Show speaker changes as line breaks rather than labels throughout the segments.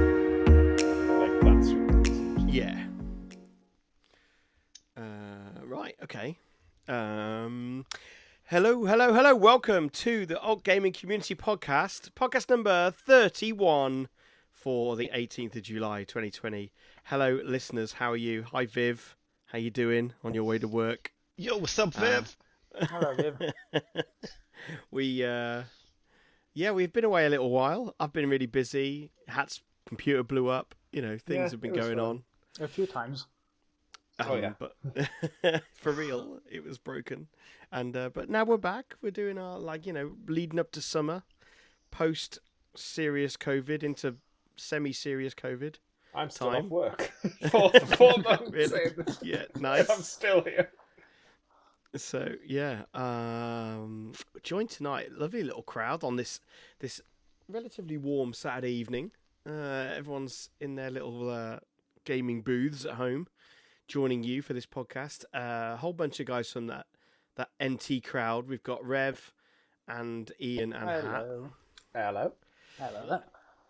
Uh, Okay. Um, hello, hello, hello. Welcome to the Alt Gaming Community Podcast, podcast number 31 for the 18th of July 2020. Hello, listeners. How are you? Hi, Viv. How you doing on your way to work?
Yo, what's
Uh,
up, Viv?
Hello, Viv.
We, uh, yeah, we've been away a little while. I've been really busy. Hat's computer blew up. You know, things
Yeah,
have been
it was
going
fun.
on. Um,
A few times.
Oh, yeah.
but for real, it was broken, and uh, but now we're back. We're doing our like you know leading up to summer, post serious COVID into semi-serious COVID.
I'm still
time.
off work for four months
Really?
in.
Yeah,
and I'm
nice.
still here.
So yeah, um, joined tonight. Lovely little crowd on this this relatively warm Saturday evening. Uh, everyone's in their little uh, gaming booths at home, joining you for this podcast. Uh, A whole bunch of guys from that that NT crowd. We've got Rev and Ian and Hat,
Hello.
Hello.
Hello there.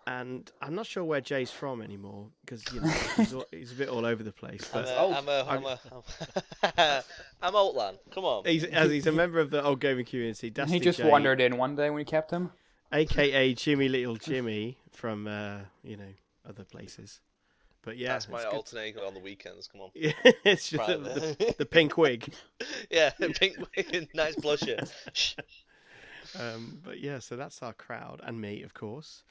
and I'm not sure where Jay's from anymore because you know he's, all, he's a bit all over the place.
I'm
But
a, I'm a, I'm a, I'm, I'm Outland. Come on.
he's as he's a member of the old gaming community.
He
Dusty
just
Jay.
wandered in one day when we kept him.
aka Jimmy Little Jimmy from uh, you know other places. But yeah,
That's my
it's good-
alternate on the weekends. Come on.
Yeah, it's just the,
Right.
the- the pink wig.
Yeah, pink, wig, nice blusher. Shh.
Um, but yeah, so that's our crowd and me, of course.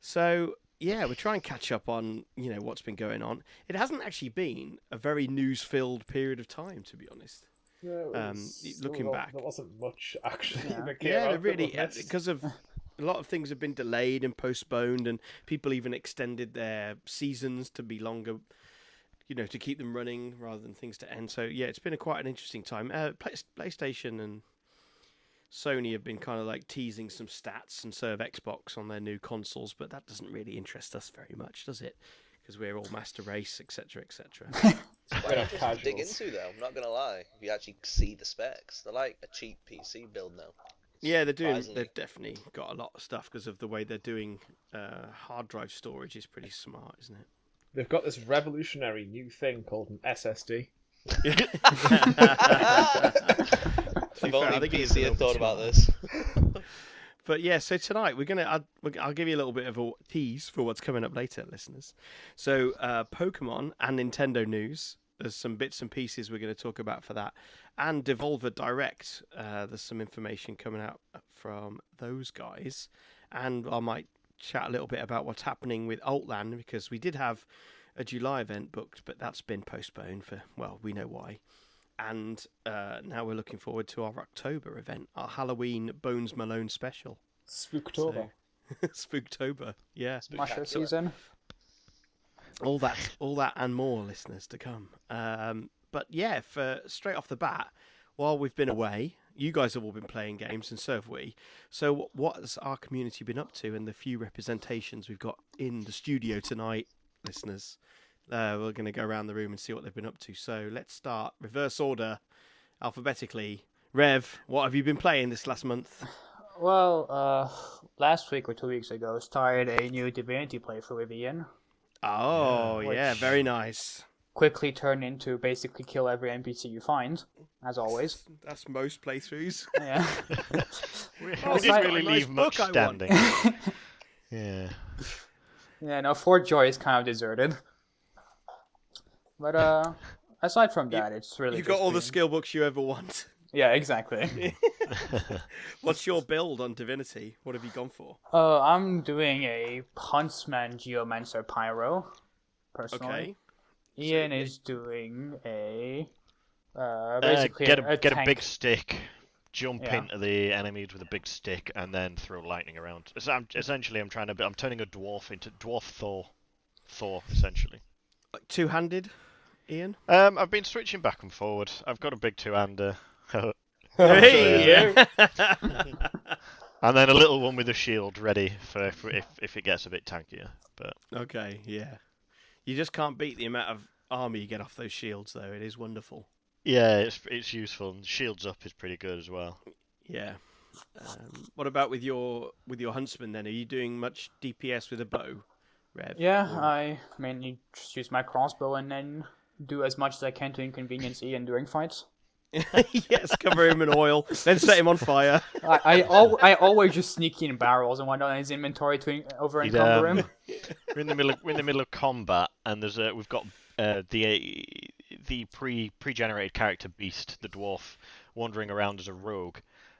So yeah, we're trying to catch up on you know what's been going on. It hasn't actually been a very news-filled period of time, to be honest.
Yeah, it
Um,
was-
y- looking
there wa-
back.
there wasn't much actually
Yeah.
that came
Yeah,
out
they're
that
really
was missed.
because of a lot of things have been delayed and postponed, and people even extended their seasons to be longer, you know, to keep them running rather than things to end. So yeah, it's been a quite an interesting time. Uh, Play- PlayStation and Sony have been kind of like teasing some stats and serve Xbox on their new consoles, but that doesn't really interest us very much, does it? Because we're all master race, etc., etc.
We're not
Dig
casuals.
into though. I'm not gonna lie. If you actually see the specs, they're like a cheap PC build now.
Yeah, they're doing.
surprisingly.
They've definitely got a lot of stuff because of the way they're doing uh, hard drive storage is pretty smart, isn't
They've got this revolutionary new thing called an SSD.
it?
If
fair, I
only
think it is a
PC
little
had
bit
thought about
smart.
this.
but yeah, so tonight we're gonna. I'll, we're- I'll give you a little bit of a tease for what's coming up later, listeners. So uh, Pokemon and Nintendo news. There's some bits and pieces we're going to talk about for that, and Devolver Direct. Uh, there's some information coming out from those guys, and I might chat a little bit about what's happening with Altland because we did have a July event booked, but that's been postponed for well, we know why. And uh, now we're looking forward to our October event, our Halloween Bones Malone special,
Spooktober.
Spooktober. Yeah,
Musher season.
all that, all that, and more, listeners to come. Um, but yeah, for straight off the bat, while we've been away, you guys have all been playing games, and so have we. So, wh- what has our community been up to, and the few representations we've got in the studio tonight, listeners? Uh, we're going to go around the room and see what they've been up to. So, let's start reverse order, alphabetically. Rev, what have you been playing this last month?
Well, uh, last week or two weeks ago, started a new Divinity playthrough with Ian.
Oh, yeah,
which-
very nice.
Quickly turned into basically kill every NPC you find, as always.
That's most playthroughs.
Yeah.
We,
Oh,
we
so I
didn't really
got a nice
leave much
book I want.
standing. yeah.
yeah, no, Fort Joy is kind of deserted. But, uh, aside from that, it's really.
You got
just
all the
been-
skill books you ever want.
Yeah, exactly.
What's your build on Divinity? What have you gone for?
uh, I'm doing a Huntsman Geomancer Pyro, personally.
Okay.
Ian is doing a uh,
Uh,
basically
get
a,
a, get a
tank.
big stick, jump
Yeah.
into the enemies with a big stick, and then throw lightning around. So I'm, essentially, I'm trying to. I'm turning a dwarf into dwarf Thor. Thor, essentially.
Like two handed, Ian?
Um, I've been switching back and forward. I've got a big two-hander, and
Hey!
then a little one with a shield ready for if if, if it gets a bit tankier. But
okay, yeah. You just can't beat the amount of army you get off those shields, though. It is wonderful.
yeah, it's it's useful. And shields up is pretty good as well.
Yeah. Um, what about with your with your huntsman then? Are you doing much DPS with a bow, Rev?
Yeah,
Or-
I mainly just use my crossbow and then do as much as I can to inconvenience Ian during fights.
yes, cover him in oil, then set him on fire.
I I, al- I always just sneak in barrels and whatnot in his inventory to in- over
He'd,
encumber
um,
him.
We're in the middle. Of, we're in the middle of combat, and there's a. We've got uh, the the pre pre generated character beast, the dwarf, wandering around as a rogue.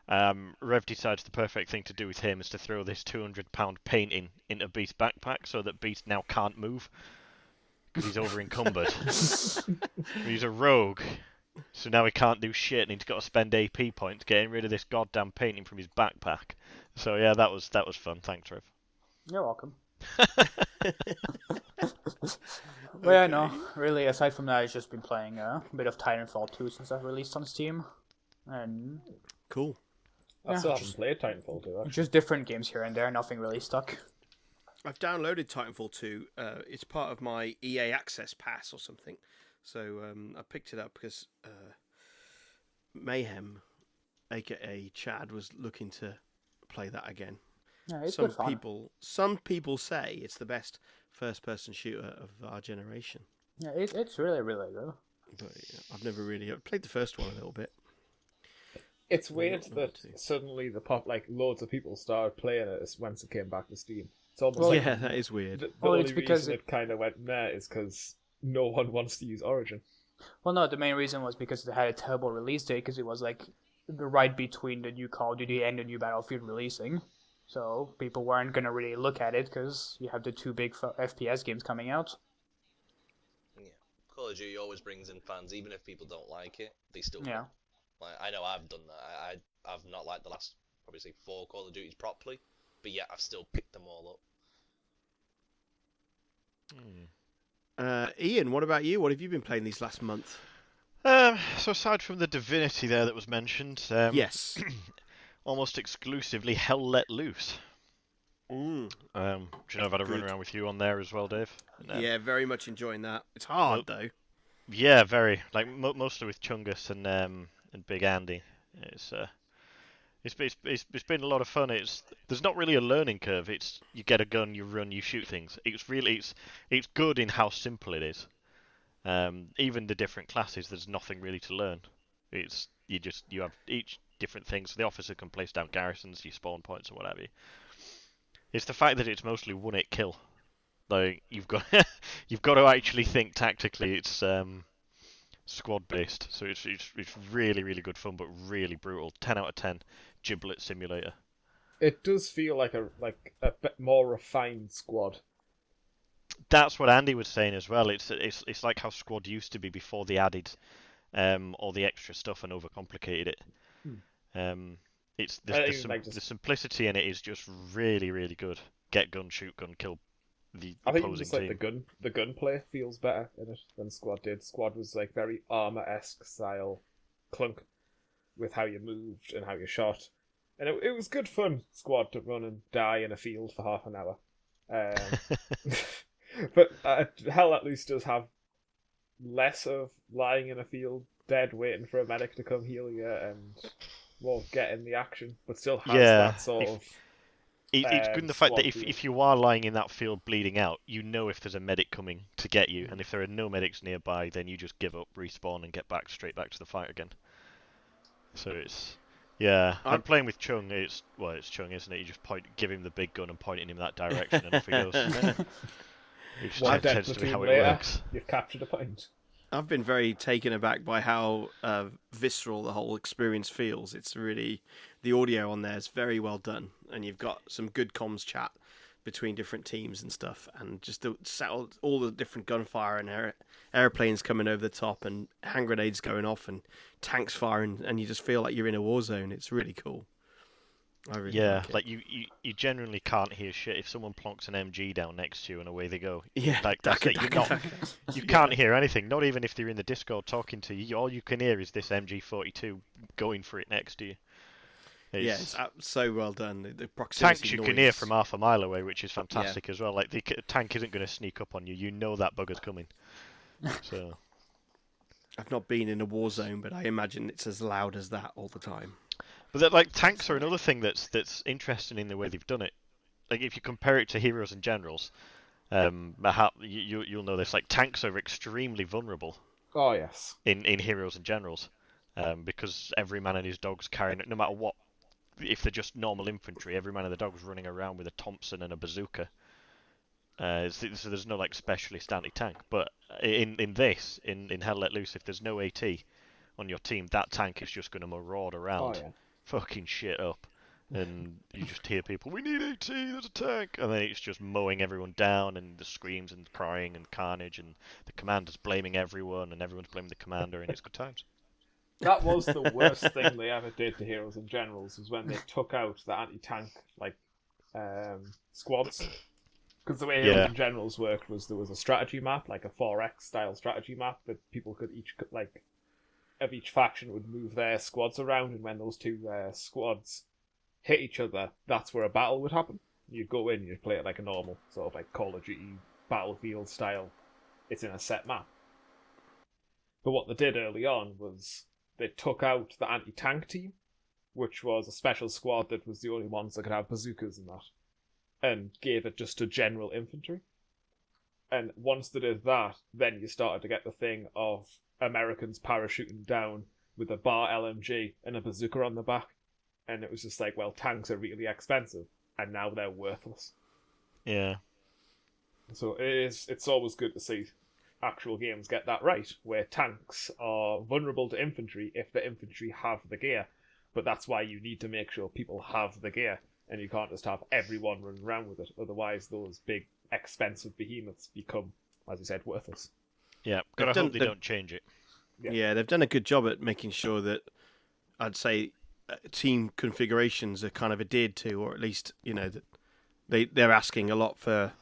Um, Rev decides the perfect thing to do with him is to throw this 200 pound painting into Beast's backpack, so that Beast now can't move because he's over encumbered. he's a rogue. So now he can't do shit, and he's got to spend AP points getting rid of this goddamn painting from his backpack. So yeah, that was that was fun. Thanks, Rev.
You're welcome. well, yeah, no, really. Aside from that, I've just been playing uh, a bit of Titanfall 2 since I've released on Steam, and
Cool.
I
Yeah.
still haven't played Titanfall 2, actually.
just different games here and there. Nothing really stuck.
I've downloaded Titanfall 2. Uh, it's part of my EA Access Pass or something. So um, I picked it up because uh, Mayhem, aka Chad, was looking to play that again.
Yeah, it's
some
good fun.
people, some people say it's the best first-person shooter of our generation.
Yeah, it, it's really, really good.
But yeah, I've never really I've played the first one a little bit.
It's weird
Yeah,
that
too.
suddenly the pop, like, loads of people started playing it as- once it came back to Steam. It's almost
Well,
like
yeah, that is weird.
the, the
Well,
only
it's because
reason it, kind of went there is because no one wants to use Origin.
Well, no, the main reason was because it had a terrible release date because it was like the right between the new Call of Duty and the new Battlefield releasing. So people weren't gonna really look at it because you have the two big f- FPS games coming out.
Call of Duty always brings in fans, even if people don't like it, they still.
Yeah.
Like, I know I've done that. I, I I've not liked the last probably say four Call of Duties properly, but yet I've still picked them all up.
Uh, Ian, what about you? What have you been playing these last month?
Um, so aside from the divinity there that was mentioned, um,
yes.
almost exclusively Hell Let Loose.
Mm.
Um, do you know I've had a run
Good.
around with you on there as well, Dave? And, um,
Yeah, very much enjoying that. It's hard though.
Yeah, very. Like mo- mostly with Chungus and um and Big Andy. It's uh, it's, it's it's it's been a lot of fun. It's there's not really a learning curve. It's you get a gun, you run, you shoot things. It's really it's it's good in how simple it is. Um, even the different classes, there's nothing really to learn. It's you just you have each different thing. So the officer can place down garrisons, you spawn points, and what have you. It's the fact that it's mostly one hit kill. Like you've got you've got to actually think tactically. It's um, squad based, so it's, it's it's really really good fun, but really brutal. Ten out of ten. Giblet simulator.
It does feel like a like a bit more refined squad.
That's what Andy was saying as well. It's it's it's like how squad used to be before they added um, all the extra stuff and overcomplicated it. Um, it's the,
Hmm. I
the,
think,
sim-
like, just-
the simplicity in it is just really really good. Get gun, shoot gun, kill the
I think
opposing
just like
team.
the gun the gunplay feels better in it than squad did. Squad was like very armor esque style clunk with how you moved and how you shot, and it, it was good fun. Squad to run and die in a field for half an hour. Um, but uh, Hell at least does have less of lying in a field dead waiting for a medic to come heal you and more getting the action, but still has
Yeah,
that sort
if-
of.
It, it's good in
um,
the fact that
squad
if,
deal.
if you are lying in that field bleeding out, you know if there's a medic coming to get you, and if there are no medics nearby, then you just give up, respawn, and get back straight back to the fight again. So it's yeah. I'm,
I'm-
playing with Chung. It's well, it's Chung, isn't it? You just point, give him the big gun and point it in that direction, and off he goes. Which
One
tends-
death
tends to be
platoon
how it
later.
works.
You've captured a point.
I've been very taken aback by how uh, visceral the whole experience feels. It's really the audio on there is very well done, and you've got some good comms chat between different teams and stuff, and just the sound, all the different gunfire and air, airplanes coming over the top, and hand grenades going off, and tanks firing, and you just feel like you're in a war zone. It's really cool. I really
Yeah,
like, it.
like you, you, you generally can't hear shit if someone plonks an MG down next to you and away they go.
yeah,
like,
Daka,
that's it, you're
Daka,
not-
Daka.
You can't hear anything, not even if they're in the Discord talking to you. All you can hear is this MG42 going for it next to you.
Yeah,
It's-
it's ab- so well done. The- The proximity
tanks you can hear
noise.
from half a mile away, which is fantastic as well. Like the c- tank isn't going to sneak up on you. You know that bugger's coming. So
I've not been in a war zone, but I imagine it's as loud as that all the time.
But that, like tanks are another thing that's that's interesting in the way they've done it. Like if you compare it to heroes and generals, um, how, you you- you'll know this. Like tanks are extremely vulnerable
Oh yes.
in in heroes and generals. um, because every man and his dog's carrying it, no matter what. If they're just normal infantry, every man and the dog's running around with a Thompson and a bazooka. Uh, so so there's no like specialist anti-tank. But in in this, in in Hell Let Loose, if there's no AT on your team, that tank is just going to maraud
Oh
around,
yeah.
fucking shit up. And you just hear people, "We need AT, there's a tank," and then it's just mowing everyone down, and the screams and crying and carnage, and the commander's blaming everyone, and everyone's blaming the commander, and it's good times.
That was the worst thing they ever did to heroes and generals was when they took out the anti-tank like um, squads. Because the way heroes
Yeah.
and generals worked was there was a strategy map, like a 4X style strategy map, that people could each like of each faction would move their squads around, and when those two uh, squads hit each other, that's where a battle would happen. You'd go in, you'd play it like a normal sort of like Call of Duty battlefield style. It's in a set map. But what they did early on was they took out the anti tank team, which was a special squad that was the only ones that could have bazookas and that, and gave it just to general infantry. And once they did that, then you started to get the thing of Americans parachuting down with a bar LMG and a bazooka on the back. And it was just like, well, tanks are really expensive, and now they're worthless.
Yeah.
So it is, it's always good to see actual games get that right, where tanks are vulnerable to infantry if the infantry have the gear. But that's why you need to make sure people have the gear, and you can't just have everyone running around with it. Otherwise, those big, expensive behemoths become, as you said, worthless.
Yeah, gotta
done-
hope they
they've-
don't change it.
Yeah.
Yeah. they've done a good job at making sure that I'd say uh, team configurations are kind of adhered to, or at least you know that they they're asking a lot for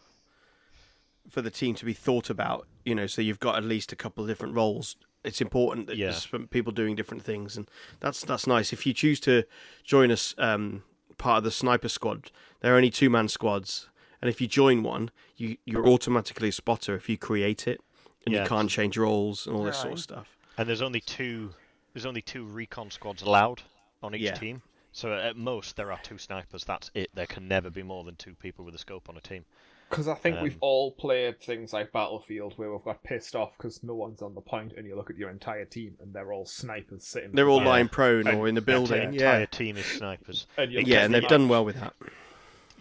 for the team to be thought about. You know, so you've got at least a couple of different roles. It's important that
Yeah.
there's some people doing different things, and that's that's nice. If you choose to join us um, part of the sniper squad, they're only two man squads, and if you join one, you you're automatically a spotter if you create it, and
Yeah.
you can't change roles and all this sort
Right.
of stuff.
And there's only two. There's only two recon squads allowed on each
Yeah.
team. So at most there are two snipers. That's it. There can never be more than two people with a scope on a team.
Because I think we've
Um,
all played things like Battlefield where we've got pissed off because no one's on the point, and you look at your entire team and they're all snipers sitting.
They're all
Yeah.
lying prone or in the
The
building.
entire
Yeah,
team is snipers.
And you're
It
yeah,
gets
and
the-
they've done well with that.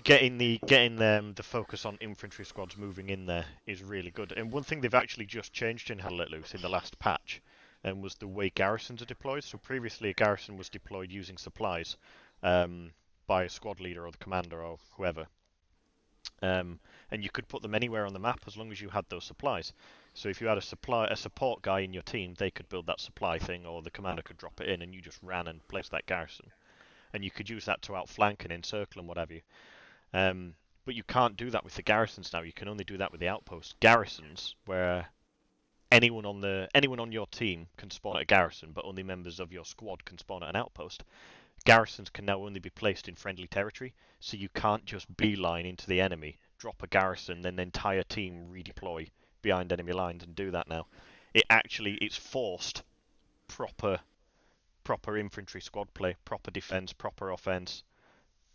getting the getting them the focus on infantry squads moving in there is really good. And one thing they've actually just changed in Hell Let Loose in the last patch, um, was the way garrisons are deployed. So previously a garrison was deployed using supplies, um, by a squad leader or the commander or whoever. Um, and you could put them anywhere on the map as long as you had those supplies. So if you had a supply a support guy in your team, they could build that supply thing, or the commander could drop it in, and you just ran and placed that garrison. And you could use that to outflank and encircle and what have you. Um, but you can't do that with the garrisons now. You can only do that with the outposts. Garrisons, where anyone on the anyone on your team can spawn at a garrison, but only members of your squad can spawn at an outpost. Garrisons can now only be placed in friendly territory, so you can't just beeline into the enemy, drop a garrison, then the entire team redeploy behind enemy lines and do that now. It actually it's forced proper proper infantry squad play, proper defense, proper offense,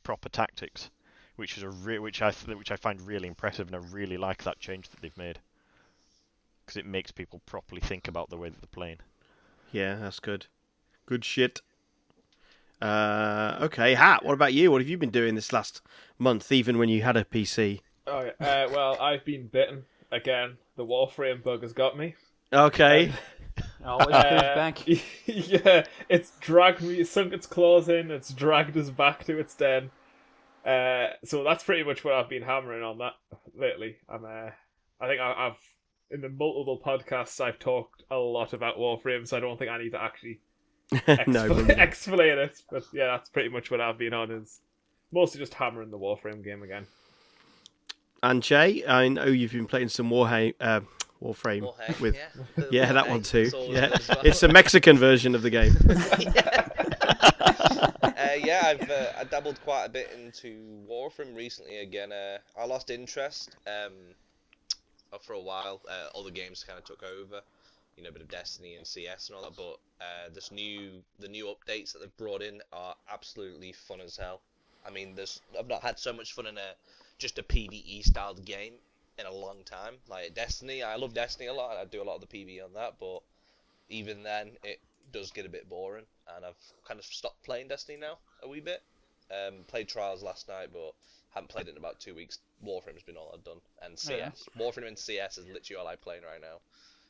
proper tactics which is a re- which I th- which I find really impressive, and I really like that change that they've made because it makes people properly think about the way that they're playing.
Yeah, that's good. Good shit. Uh, okay, Hat. What about you? What have you been doing this last month? Even when you had a PC.
Oh, yeah. uh, well, I've been bitten again. The Warframe bug has got me.
Okay.
Always goes
Uh,
back.
yeah, it's dragged me, it's sunk its claws in, it's dragged us back to its den. Uh, so that's pretty much what I've been hammering on that lately. I'm, uh, I think I, I've in the multiple podcasts I've talked a lot about Warframe, so I don't think I need to actually
no.
expl-
but-
explain it. But yeah, that's pretty much what I've been on is mostly just hammering the Warframe game again.
And Jay, I know you've been playing some Warha- uh, Warframe
Well, heck,
with.
yeah,
Yeah, that one too. Yeah, it's a
a.
Mexican version of the game.
uh, yeah, I've uh, I dabbled quite a bit into Warframe recently again. Uh, I lost interest um, uh, for a while. Uh, other games kind of took over, you know, a bit of Destiny and CS and all that. But uh, this new the new updates that they've brought in are absolutely fun as hell. I mean, there's I've not had so much fun in a just a PVE style game in a long time. E Like Destiny, I love Destiny a lot. and I do a lot of the PVE on that, but even then, it does get a bit boring, and I've kind of stopped playing Destiny now a wee bit. Um, played Trials last night, but haven't played it in about two weeks. Warframe's been all I've done, and CS.
yeah.
Warframe and CS is literally all I'm playing right now.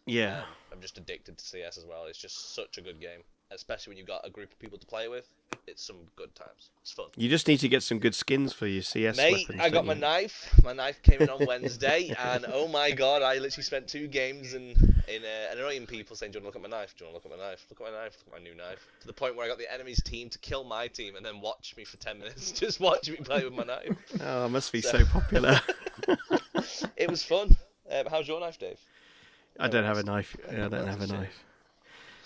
Yeah.
I'm just addicted to CS as well. It's just such a good game, especially when you've got a group of people to play with. It's some good times. It's fun.
You just need to get some good skins for your CS
Mate,
weapons.
I got
don't
my
you?
knife. My knife came in on Wednesday, and oh my god, I literally spent two games in in uh, annoying people saying, "Do you want to look at my knife? Do you want to look at my knife? Look at my knife. Look at my new knife." To the point where I got the enemy's team to kill my team and then watch me for ten minutes, just watch me play with my knife.
Oh, I must be
So-
so popular.
It was fun. Um, how's your knife, Dave?
I don't have a knife. Yeah, I don't have a knife.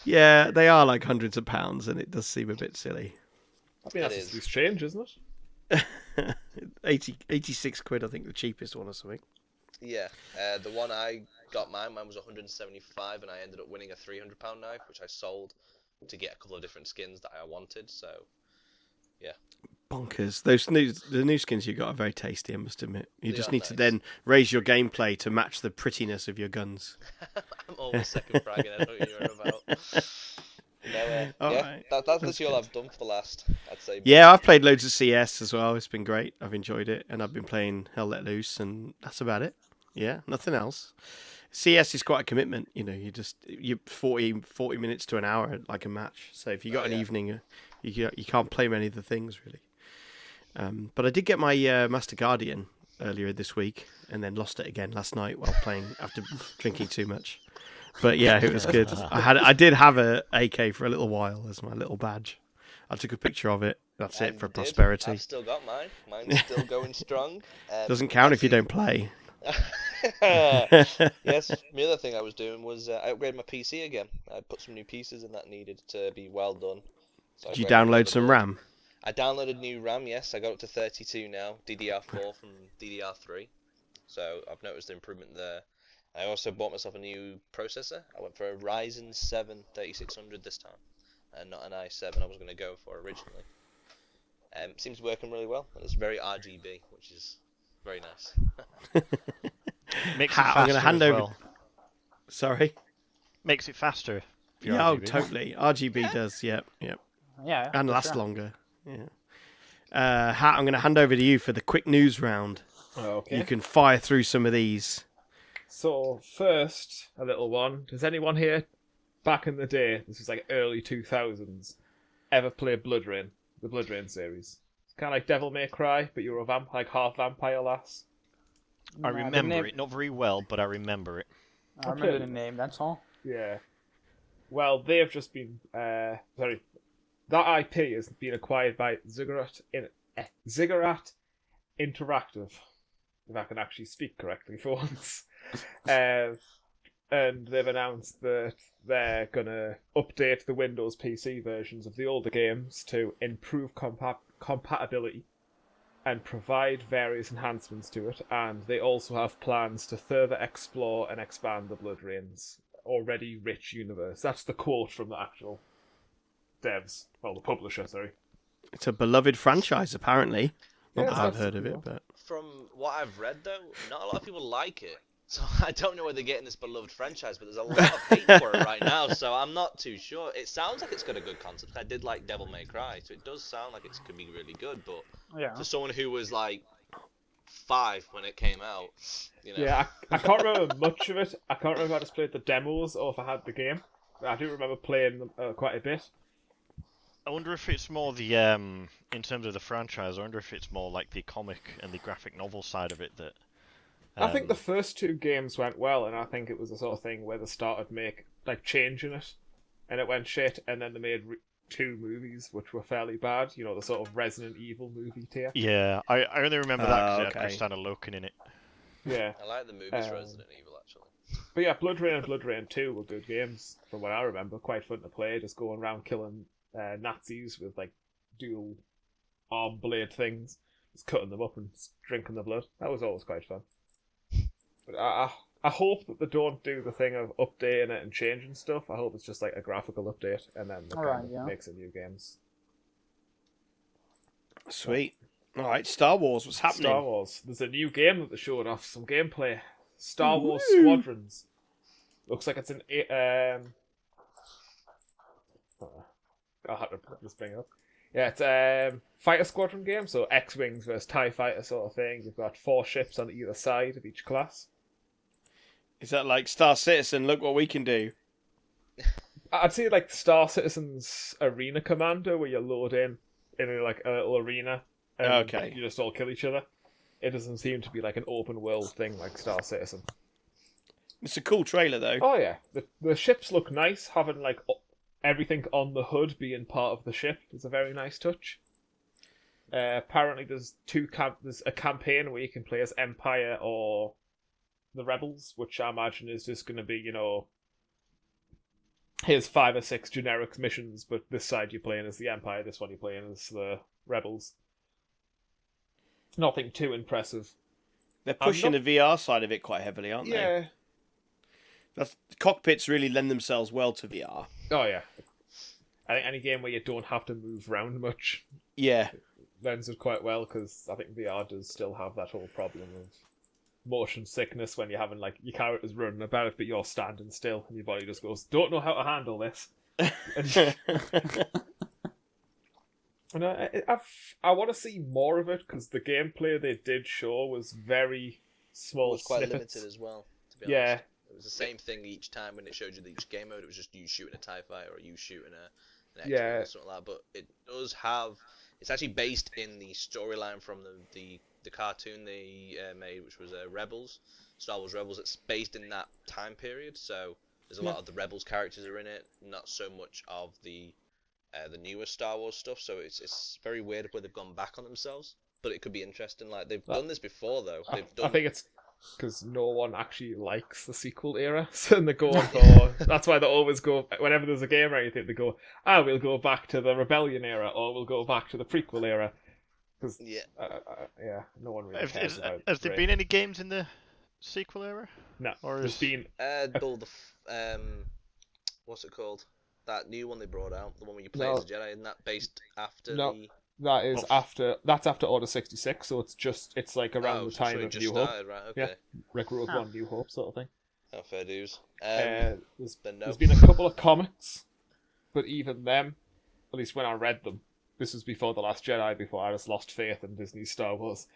Yeah, they are like hundreds of pounds, and it does seem a bit silly.
I mean,
It
that's
is.
this change, isn't it?
80, 86 quid, I think, the cheapest one or something.
Yeah, uh, the one I got mine, mine was 175, and I ended up winning a 300 pound knife, which I sold to get a couple of different skins that I wanted. So
Bonkers. Those new the new skins you got are very tasty. I must admit. You
They
just
are
need to
nice.
then raise your gameplay to match the prettiness of your guns.
I'm always second fragging. I don't know what you're on about. No, uh,
All
yeah,
right,
that, that's
that's
literally all
good.
I've done for the last, I'd say.
Yeah, I've played loads of CS as well. It's been great. I've enjoyed it, and I've been playing Hell Let Loose, and that's about it. Yeah, nothing else. CS is quite a commitment, you know. You just you 40, 40 minutes to an hour like a match. So if you got
Oh,
an
yeah.
evening, uh, you ca- you can't play many of the things really. Um, but I did get my uh, Master Guardian earlier this week, and then lost it again last night while playing after drinking too much. But yeah, it was good. I had I did have a AK for a little while as my little badge. I took a picture of it. That's
I
it for
did.
prosperity.
I've still got mine. Mine's still going strong. Um,
Doesn't count if you don't play.
yes, the other thing I was doing was uh, I upgraded my PC again. I put some new pieces and that needed to be well done. So I
Did you
upgraded
download
the
some
board.
RAM?
I downloaded new RAM. Yes, I got up to 32 now, DDR4 from DDR3. So I've noticed the improvement there. I also bought myself a new processor. I went for a Ryzen 7 3600 this time, and not an i7 I was going to go for originally. Um, it seems working really well, and it's very RGB, which is very nice.
Makes
Ha-
it
I'm
faster
gonna hand
as
over-
well.
Sorry.
Makes it faster. if you're
Yeah, oh,
RGB.
totally. RGB does. Yep, yep.
Yeah.
And
for
last
sure.
longer. Yeah. Uh, Hat, I'm going to hand over to you for the quick news round.
Okay.
You can fire through some of these.
So first, a little one. Does anyone here, back in the day, this was like early two thousands, ever play Blood Rain, the Blood Rain series? Kind of like Devil May Cry, but you're a vamp, like half vampire lass.
I
Nah, the
remember
name-
it, not very well, but I remember it.
I remember the name. That's all.
Yeah. Well, they've just been uh sorry. That IP has been acquired by Ziggurat in eh, Ziggurat Interactive. If I can actually speak correctly for once. um, and they've announced that they're gonna update the Windows PC versions of the older games to improve compa- compatibility and provide various enhancements to it, and they also have plans to further explore and expand the Blood Rain's already rich universe. That's the quote from the actual devs. Well, the publisher, sorry.
It's a beloved franchise, apparently. Not
Yeah,
that I've
that's-
heard of it, but
From what I've read, though, not a lot of people like it. So I don't know where they're getting this beloved franchise, but there's a lot of hate for it right now. So I'm not too sure. It sounds like it's got a good concept. I did like Devil May Cry, so it does sound like it could be really good. But
Yeah.
for someone who was like five when it came out, you know,
Yeah, I, I can't remember much of it. I can't remember if I just played the demos or if I had the game. But I do remember playing them uh, quite a bit.
I wonder if it's more the um in terms of the franchise. I wonder if it's more like the comic and the graphic novel side of it that.
I think the
um,
first two games went well, and I think it was the sort of thing where they started make like changing it, and it went shit, and then they made re- two movies which were fairly bad. You know, the sort of Resident Evil movie tier.
Yeah, I, I only remember that
Ah,
'cause that because
okay.
I had Loken in it.
Yeah,
I like the movies
Um,
Resident Evil actually.
but yeah, Blood Rain and Blood Rain Two were good games from what I remember. Quite fun to play, just going around killing uh, Nazis with like dual arm blade things, just cutting them up and s- drinking the blood. That was always quite fun. But I, I, I hope that they don't do the thing of updating it and changing stuff. I hope it's just like a graphical update and then they
All
kind
right,
of
yeah.
makes it new games.
sweet. All right, Star Wars. What's happening?
Star Wars. There's a new game that they showed off. Some gameplay. Star Wars Squadrons. Looks like it's an a- um, I had to just bring it up. Yeah, it's a um, fighter squadron game, so X Wings versus TIE fighter sort of thing. You've got four ships on either side of each class.
Is that like Star Citizen? Look what we can do.
I- I'd say like Star Citizen's Arena Commander, where you load in in like a little arena and
Okay.
you just all kill each other. It doesn't seem to be like an open world thing like Star Citizen.
It's a cool trailer though.
Oh yeah, the the ships look nice. Having like o- everything on the hood being part of the ship is a very nice touch. Uh, apparently, there's two camp. There's a campaign where you can play as Empire or the Rebels, which I imagine is just going to be you know. Here's five or six generic missions, but this side you're playing as the Empire, this one you're playing as the Rebels. Nothing too impressive.
They're
I'm
pushing
not-
the VR side of it quite heavily, aren't they?
Yeah.
That's, cockpits really lend themselves well to VR.
Oh yeah. I think any game where you don't have to move around much
Yeah,
lends it quite well because I think VR does still have that whole problem of motion sickness when you're having like your character's running about but you're standing still and your body just goes, "Don't know how to handle this." and and I, I- I've, I want to see more of it because the gameplay they did show was very small.
was quite
snippets.
limited as well. To be
Yeah.
honest. it was the same thing each time when it showed you the each game mode. It was just you shooting a Tie Fighter or you shooting a an X
Yeah.
or something like that. But it does have. It's actually based in the storyline from the the, the cartoon they uh, made, which was uh, Rebels, Star Wars Rebels. It's based in that time period, so there's a lot of the Rebels characters are in it. Not so much of the uh, the newer Star Wars stuff. So it's it's very weird where they've gone back on themselves. But it could be interesting. Like they've done this before, though.
I,
They've done
I think it's because no one actually likes the sequel era, so they go for. that's why they always go whenever there's a game or anything. They go, ah, we'll go back to the rebellion era, or we'll go back to the prequel era.
yeah.
Uh, uh, yeah, no one really
Have,
cares
has-
about.
has there
Ray.
been any games in the sequel era?
No,
or
there's
is-
been.
Uh, all the f- um, what's it called? That new one they brought out, the one where you play
No.
as a Jedi, and that based after
No.
the
That is
Well-
after. That's after Order sixty six, so it's just it's like around
oh,
the
so
time
it
of
just
New Hope,
started, right?
Yeah.
Okay,
Rick Rogue
Ah.
One, New Hope, sort of thing.
oh, fair dues. Um,
uh, there's
but no.
There's been a couple of comics, but even them, at least when I read them, this was before The Last Jedi, before I just lost faith in Disney's Star Wars.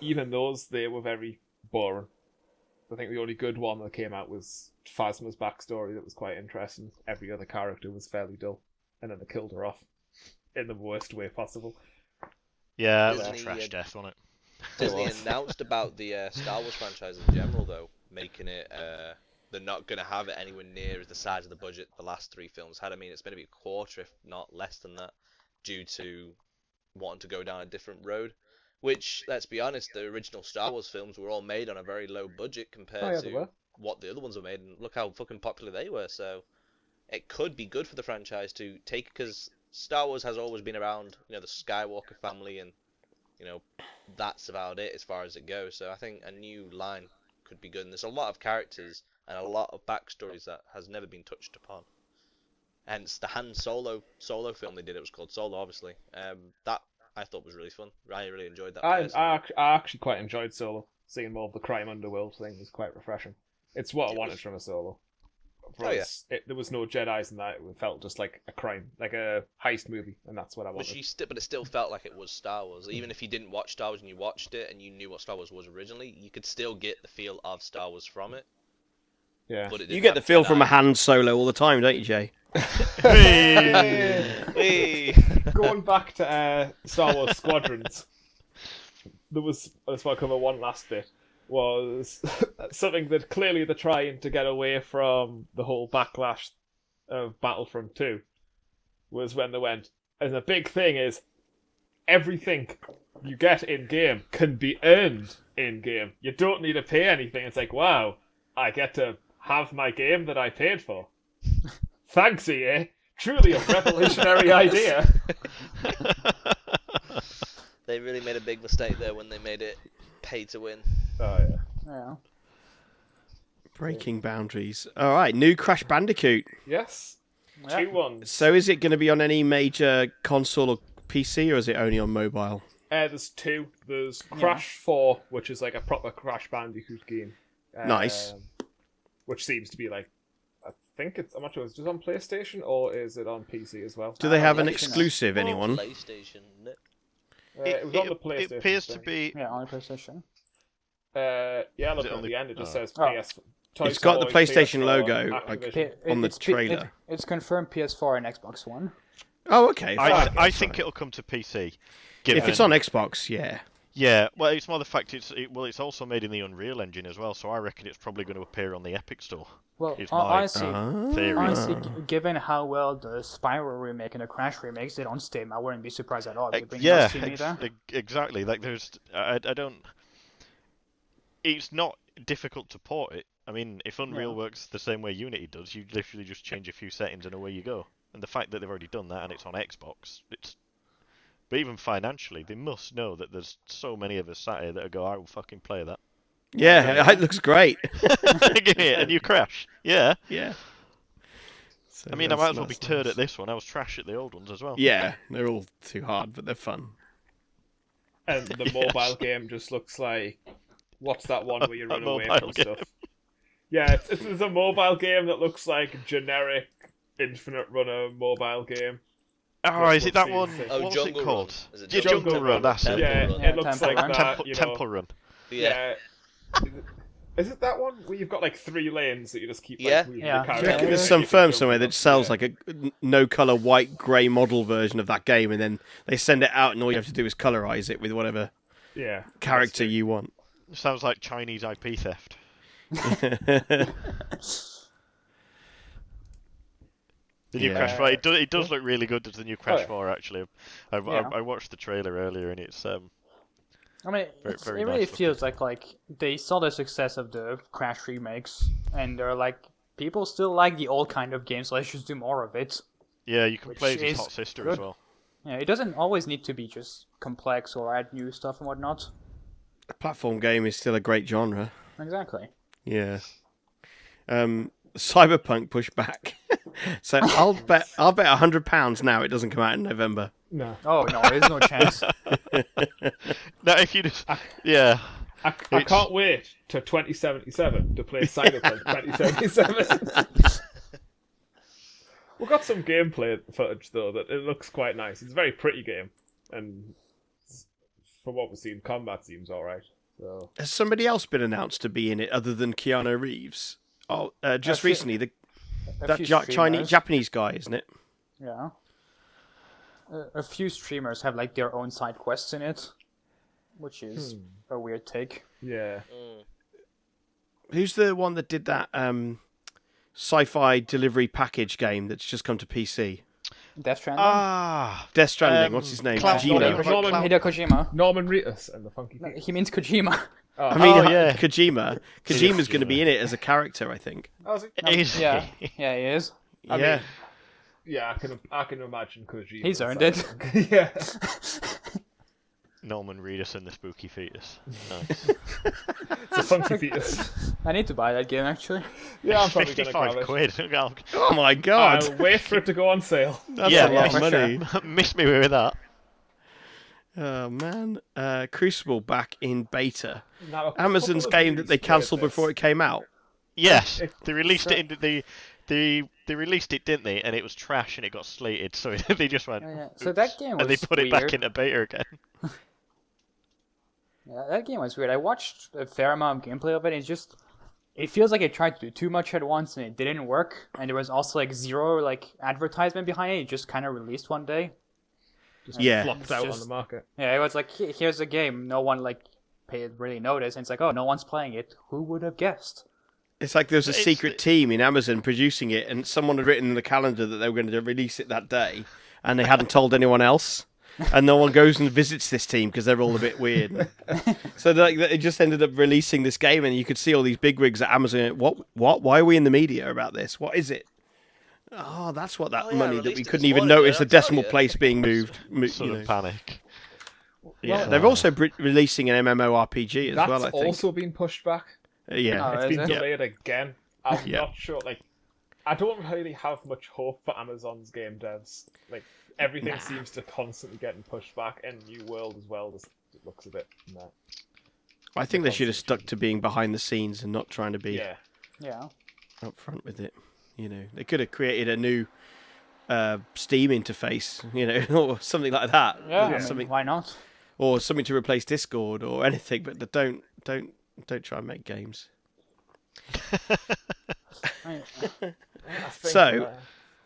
Even those, they were very boring. I think the only good one that came out was Phasma's backstory that was quite interesting. Every other character was fairly dull, and then they killed her off in the worst way possible.
Yeah, that
Disney,
was a trash
uh,
death, wasn't it?
Disney
was.
announced about the uh, Star Wars franchise in general, though, making it. Uh, they're not going to have it anywhere near as the size of the budget the last three films had. I mean, it's going to be a quarter, if not less than that, due to wanting to go down a different road. Which, let's be honest, the original Star Wars films were all made on a very low budget compared
Oh, yeah, they
to
were.
what the other ones were made, and look how fucking popular they were. So, it could be good for the franchise to take because Star Wars has always been around, you know, the Skywalker family, and you know, that's about it as far as it goes. So I think a new line could be good. And there's a lot of characters and a lot of backstories that has never been touched upon. Hence the Han Solo solo film they did. It was called Solo, obviously. Um, that I thought was really fun. I really enjoyed that.
I,
personally.
I, ac- I actually quite enjoyed Solo. Seeing more of the crime underworld thing was quite refreshing. It's what I
It
wanted
was-
from a Solo. For
Oh, yeah.
us, it, there was no Jedi's in that. It felt just like a crime, like a heist movie, and that's what I
But
wanted.
you sti- but it still felt like it was Star Wars. Even if you didn't watch Star Wars and you watched it and you knew what Star Wars was originally, you could still get the feel of Star Wars from it.
Yeah.
But it
you
didn't
get the
have
feel from a
Jedi.
hand solo all the time, don't you, Jay?
Hey!
Going back to uh, Star Wars Squadrons, there was I just want to cover one last bit. Was something that clearly they're trying to get away from the whole backlash of Battlefront Two. Was when they went, and the big thing is everything you get in game can be earned in game. You don't need to pay anything. It's like wow, I get to have my game that I paid for. Thanks, EA. Truly a revolutionary idea.
They really made a big mistake there when they made it pay to win.
Oh yeah.
Yeah.
Breaking boundaries. All right, new Crash Bandicoot.
Yes.
Yeah.
Two ones.
So is it going to be on any major console or PC, or is it only on mobile?
Uh, there's two. There's Crash Four, which is like a proper Crash Bandicoot game.
Nice.
Um, Which seems to be like, I think it's. I'm not sure. Is it just on PlayStation or is it on PC as well?
Do they have an
I've seen that.
exclusive? Anyone?
PlayStation. no.
Uh, it, was on the PlayStation.
it appears to
thing.
be.
Yeah, on PlayStation.
Uh, yeah, look
it
at
on
the,
the-
end. It just
oh.
says
Oh.
PS. Toy
It's got the
Story,
PlayStation
PS4,
logo, like-
Activision.
P-
On the
it's P-
trailer.
it- it's confirmed PS4 and Xbox One.
Oh, okay.
I,
fine,
I
that's
think
fine.
it'll come to PC.
if it's
given-
on Xbox, yeah.
Yeah, well, it's more the fact it's it, well, it's also made in the Unreal Engine as well, so I reckon it's probably going to appear on the Epic Store.
Well,
It's
hon-
my-
honestly,
uh-huh.
Theory.
honestly, g- given how well the Spyro remake and the Crash remakes did on Steam, I wouldn't be surprised at all. if
Ex-
they bring
yeah,
those to me
ex-
there.
ex- exactly. Like there's, I, I don't. It's not difficult to port it. I mean, if Unreal
No.
works the same way Unity does, you literally just change a few settings and away you go. And the fact that they've already done that and it's on Xbox, it's. But even financially, they must know that there's so many of us sat here that will go, I will fucking play that.
Yeah, it looks great.
Give me it and you crash. Yeah.
Yeah.
I mean, I might as well be turd at this one. I was trash at the old ones as well.
Yeah, they're all too hard, but they're fun.
And the
Yes.
mobile game just looks like what's that one where you
A
run away from
mobile game.
stuff? Yeah, it's, it's, it's a mobile game that looks like generic Infinite Runner mobile game.
Oh,
What-
is
what's
it that
the-
one?
Oh,
What's it
Jungle Run.
called?
Is it
Yeah,
Jungle
Jungle
Run?
Run. That's it.
yeah,
Temple Run.
it looks
Yeah,
like
Temple
that.
Temple,
you know.
Temple Run.
Yeah.
Is it- Is it that one where you've got like three lanes that you just keep like,
Yeah.
moving
Yeah.
the character?
Yeah.
You
There's
can
some
jump
firm
up
somewhere
and
that
up,
sells
yeah.
like a no color white grey model version of that game, and then they send it out, and all you have to do is colorize it with whatever
yeah
character you want.
Sounds like Chinese IP theft. The new
Yeah.
Crash 4. It does, it does look really good. Does the new Crash
yeah.
4 actually? Um, I, I,
Yeah.
I watched the trailer earlier and it's um.
I mean,
Very-
it's,
very
it really
nice
feels like like they saw the success of the Crash remakes, and they're like, people still like the old kind of games, so let's just do more of it.
Yeah, you can
Which
play as his
is
hot sister as
good.
well.
Yeah, it doesn't always need to be just complex or add new stuff and whatnot.
A platform game is still a great genre.
Exactly.
Yeah. Um, Cyberpunk pushback. so I'll bet I'll bet hundred pounds now it doesn't come out in November.
No,
Oh no, there's no chance.
No, if you just yeah,
I, I
It's-
can't wait to 2077 to play Cyberpunk 2077. we got some gameplay footage though that it looks quite nice. It's a very pretty game, and from what we've seen, combat seems all right. So
Has somebody else been announced to be in it other than Keanu Reeves? Oh, uh, just
A few-
recently the
A
that
few
ja- Chinese
streamers-
Japanese guy, isn't it?
Yeah. A- A few streamers have like their own side quests in it, which is a weird take.
yeah,
Who's the one that did that um, sci-fi delivery package game that's just come to PC?
Death Stranding.
ah,
Death Stranding.
Um,
what's his name?
Cloud-
Kojima.
Norman-
Ko- Hideo Kojima.
Norman Reedus and the Funky.
No,
Kid.
He means Kojima.
I mean,
Oh,
uh,
yeah.
Kojima. Kojima's going to be in it as a character, I think.
Oh, is it?
is
Yeah,
he?
yeah, he is.
mean-
yeah.
Yeah, I can I can imagine Kojima.
He's
and
earned it.
Cyberpunk. yeah,
Norman Reedus and the Spooky Fetus. Nice.
it's a funky fetus.
I need to buy that game actually.
Yeah, I'm probably gonna grab
Fifty-five
it.
quid. I'll-
oh my god.
I'll wait for it to go on sale.
That's
yeah,
a lot
yeah,
of money.
sure. Miss me with that.
Oh man. Uh, Crucible back in beta.
Now, a
Amazon's
couple of
game that
these
they
played
cancelled
this.
E
before it came out.
Yes,
it-
they released it in the they they released it, didn't they? And it was trash, and it got slated, so they just went.
Oh, Yeah, yeah. So
"Oops,"
that game was
and they put it back
weird.
into beta again.
Yeah, that game was weird. I watched a fair amount of gameplay of it. And it just it feels like it tried to do too much at once and it didn't work. And there was also like zero like advertisement behind it. It just kind of released one day.
Yeah.
flopped out on
just-
the market.
Yeah, it was like "Here- here's a game. No one like paid really notice. And it's like oh, no one's playing it. Who would have guessed?
It's like there was a
It's-
secret team in Amazon producing it, and someone had written in the calendar that they were going to release it that day, and they hadn't told anyone else. And no one goes and visits this team because they're all a bit weird. so like, they just ended up releasing this game, and you could see all these bigwigs at Amazon. What? What? Why are we in the media about this? What is it? Oh, that's what that
Oh, yeah,
money that
released
we
it this
couldn't even
morning,
notice
yeah,
the
that's right,
decimal
yeah.
place being moved. mo-
Sort
you
of
know.
panic.
Yeah, they're also br- releasing an MMORPG as
That's
well. I think.
also been pushed back.
Uh, yeah,
Oh,
It's
is
been
it?
delayed again. I'm
Yeah.
not sure. Like, I don't really have much hope for Amazon's game devs. Like, everything seems to constantly getting pushed back, and New World as well. Just it looks a bit. Nah.
I think they should have stuck to being behind the scenes and not trying to be
Yeah.
Yeah.
up front with it. You know, they could have created a new uh, Steam interface, you know, or something like that.
Yeah, I mean,
something
why not?
or something to replace Discord or anything. But the- don't don't don't try and make games.
Right.
So-
uh,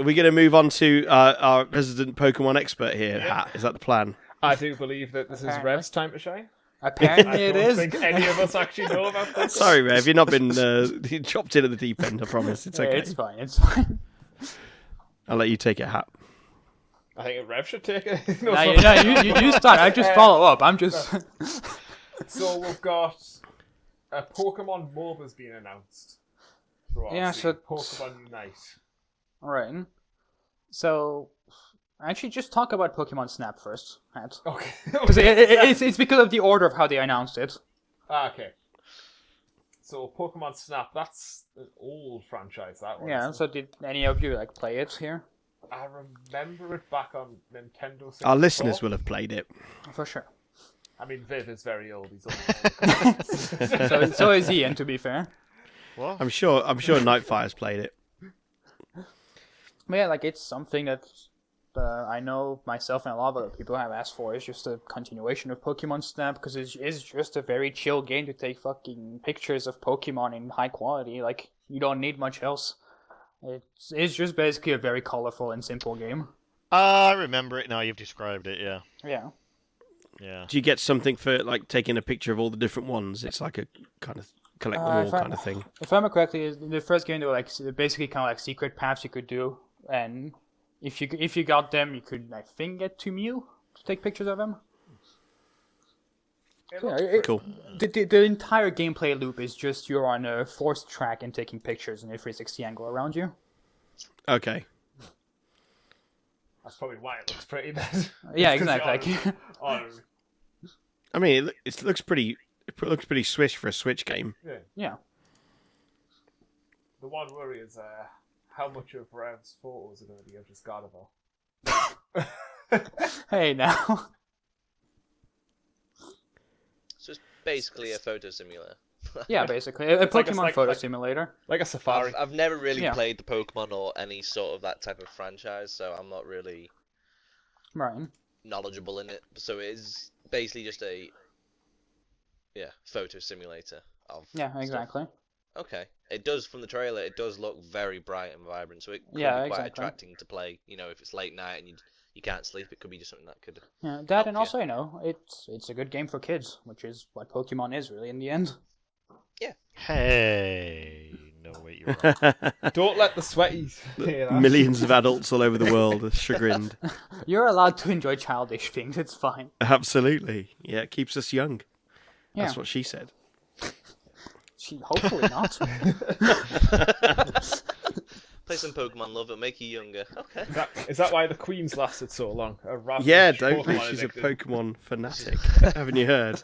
Are we going to move on to uh, our resident Pokemon expert here? Hat is that the plan?
I do believe that this is
Apparently.
Rev's time to shine. I
Apparently it
don't
is.
think any of us actually know about this.
Sorry, Rev, you've not been uh, chopped in at the deep end. I promise, it's
Yeah,
okay.
It's fine. It's fine.
I'll let you take it, Hat.
I think Rev should take it.
no, you, no, you, you, you start. I just follow up. I'm just.
So we've got a Pokemon MOBA has been announced. for our
Yeah,
scene.
so-
Pokemon Unite.
Right. So, actually, just talk about Pokemon Snap first, Matt.
Okay.
'Cause it- it- it's, it's because of the order of how they announced it.
Ah, okay. So Pokemon Snap, that's an old franchise. That one.
Yeah.
isn't
So, did any of you like play it here?
it? I remember it back on Nintendo. 64.
Our listeners will have played it.
For sure.
I mean, Viv is very old. He's old.
So, so is Ian, to be fair.
What?
I'm sure. I'm sure Nightfire's played it.
But yeah, like it's something that uh, I know myself and a lot of other people have asked for. It's just a continuation of Pokemon Snap because it is just a very chill game to take fucking pictures of Pokemon in high quality. Like you don't need much else. It's it's just basically a very colorful and simple game.
Ah, I remember it now. You've described it. Yeah,
Yeah.
yeah.
Do you get something for like taking a picture of all the different ones? It's like a kind of collect them
Uh,
all
if I-
kind of thing.
If I remember correctly, in the first game there were like s- basically kind of like secret paths you could do, and if you if you got them, you could I think get to Mew to take pictures of him. Yeah, it- it-
Cool.
The, the, the entire gameplay loop is just you're on a forced track and taking pictures in a 360 angle around you.
Okay.
That's probably why it looks pretty. Then.
Yeah,
'Cause
exactly.
you're on- on-
I mean, it, loo- it looks pretty. It looks pretty swish for a Switch game.
yeah.
yeah.
The one worry is uh, how much of Rev's photos are going to be of just Gardevoir.
Hey, now.
It's just basically a photo simulator.
yeah, basically. A, a Pokemon
like- it's like-
photo
like-
simulator.
Like a
I've,
safari.
I've never really
Yeah.
played the Pokemon or any sort of that type of franchise, so I'm not really
Right.
knowledgeable in it. So it is basically just a yeah photo simulator of
Yeah,
stuff.
exactly.
Okay, it does from the trailer. It does look very bright and vibrant, so it could
Yeah,
be quite
exactly.
attracting to play. You know, if it's late night and you you can't sleep, it could be just something that could.
Yeah, that, and
yeah.
also, you know, it's, it's a good game for kids, which is what Pokemon is really in the end.
Hey, no wait, you're right.
Don't let the sweaties. hear that.
Millions of adults all over the world are chagrined.
You're allowed to enjoy childish things, it's fine.
Absolutely. Yeah, it keeps us young.
Yeah.
That's what she said.
She, hopefully not.
Play some Pokemon Love. It'll make you younger. Okay.
Is that- is that why the Queen's lasted so long? A ravaged
Yeah, don't
Pokemon
She's a
addicted.
Pokemon fanatic. Haven't you heard?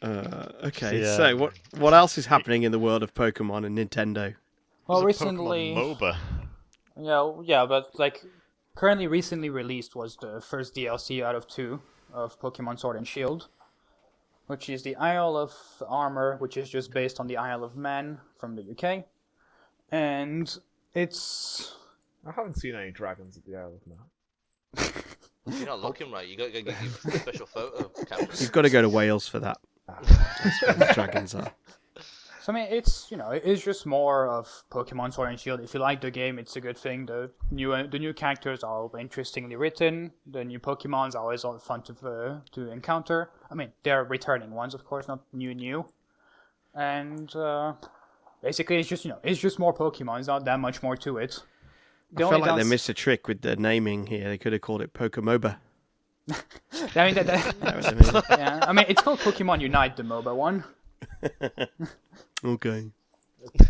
Uh, okay,
Yeah.
so what what else is happening in the world of Pokemon and Nintendo?
well,
There's a Pokemon
recently.
MOBA.
Yeah, yeah, but like currently recently released was the first DLC out of two of Pokemon Sword and Shield, which is the Isle of Armor, which is just based on the Isle of Man from the UK, and it's
I haven't seen any dragons at the Isle of Man.
You're not looking right. You got to go get your special photo camera.
You've got to go to Wales for that. Ah, That's where the dragons are.
so I mean it's you know it's just more of Pokemon Sword and Shield. If you like the game, it's a good thing. The new uh, the new characters are interestingly written. The new Pokemon's are always all fun to uh, to encounter. I mean they're returning ones, of course, not new new. and uh, basically it's just you know it's just more Pokemon. There's not that much more to it. The
I
only
felt like they
downs-
missed a trick with the naming here. They could have called it Pokemoba.
I mean, that, that-
That was amazing.
yeah, I mean it's called Pokemon Unite, the MOBA one.
okay.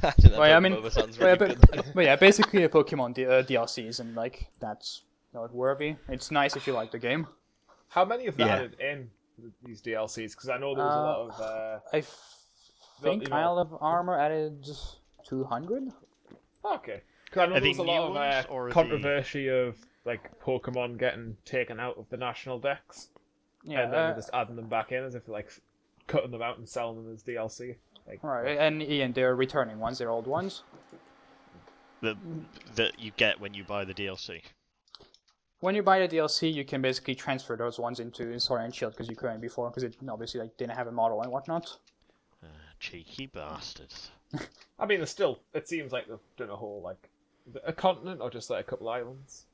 I don't know,
Well, yeah, I
Pokemon
mean,
Love sounds
well, yeah,
really
but,
good.
but yeah, basically a Pokemon D- uh, DLCs and like that's noteworthy. It's nice if you like the game.
How many have they
Yeah.
added in these DLCs? Because I know there was a lot of. Uh...
I f-
Well,
think
you know-
Isle of Armor added 200.
Okay. Because I know
Are
there
they
was a
new
lot of
ones,
uh,
or are they-
controversy of like Pokemon getting taken out of the national decks,
Yeah,
and then
uh,
they're just adding them back in as if they're like cutting them
uh,
out and selling them as DLC. Like,
right. And Ian, they're returning ones, they're old ones.
that that you get when you buy the DLC.
When you buy the DLC, you can basically transfer those ones into Sword and Shield because you couldn't before because it obviously like didn't have a model and whatnot.
Cheeky bastards.
I mean, there's still. It seems like they've done a whole like is it a continent or just like a couple islands.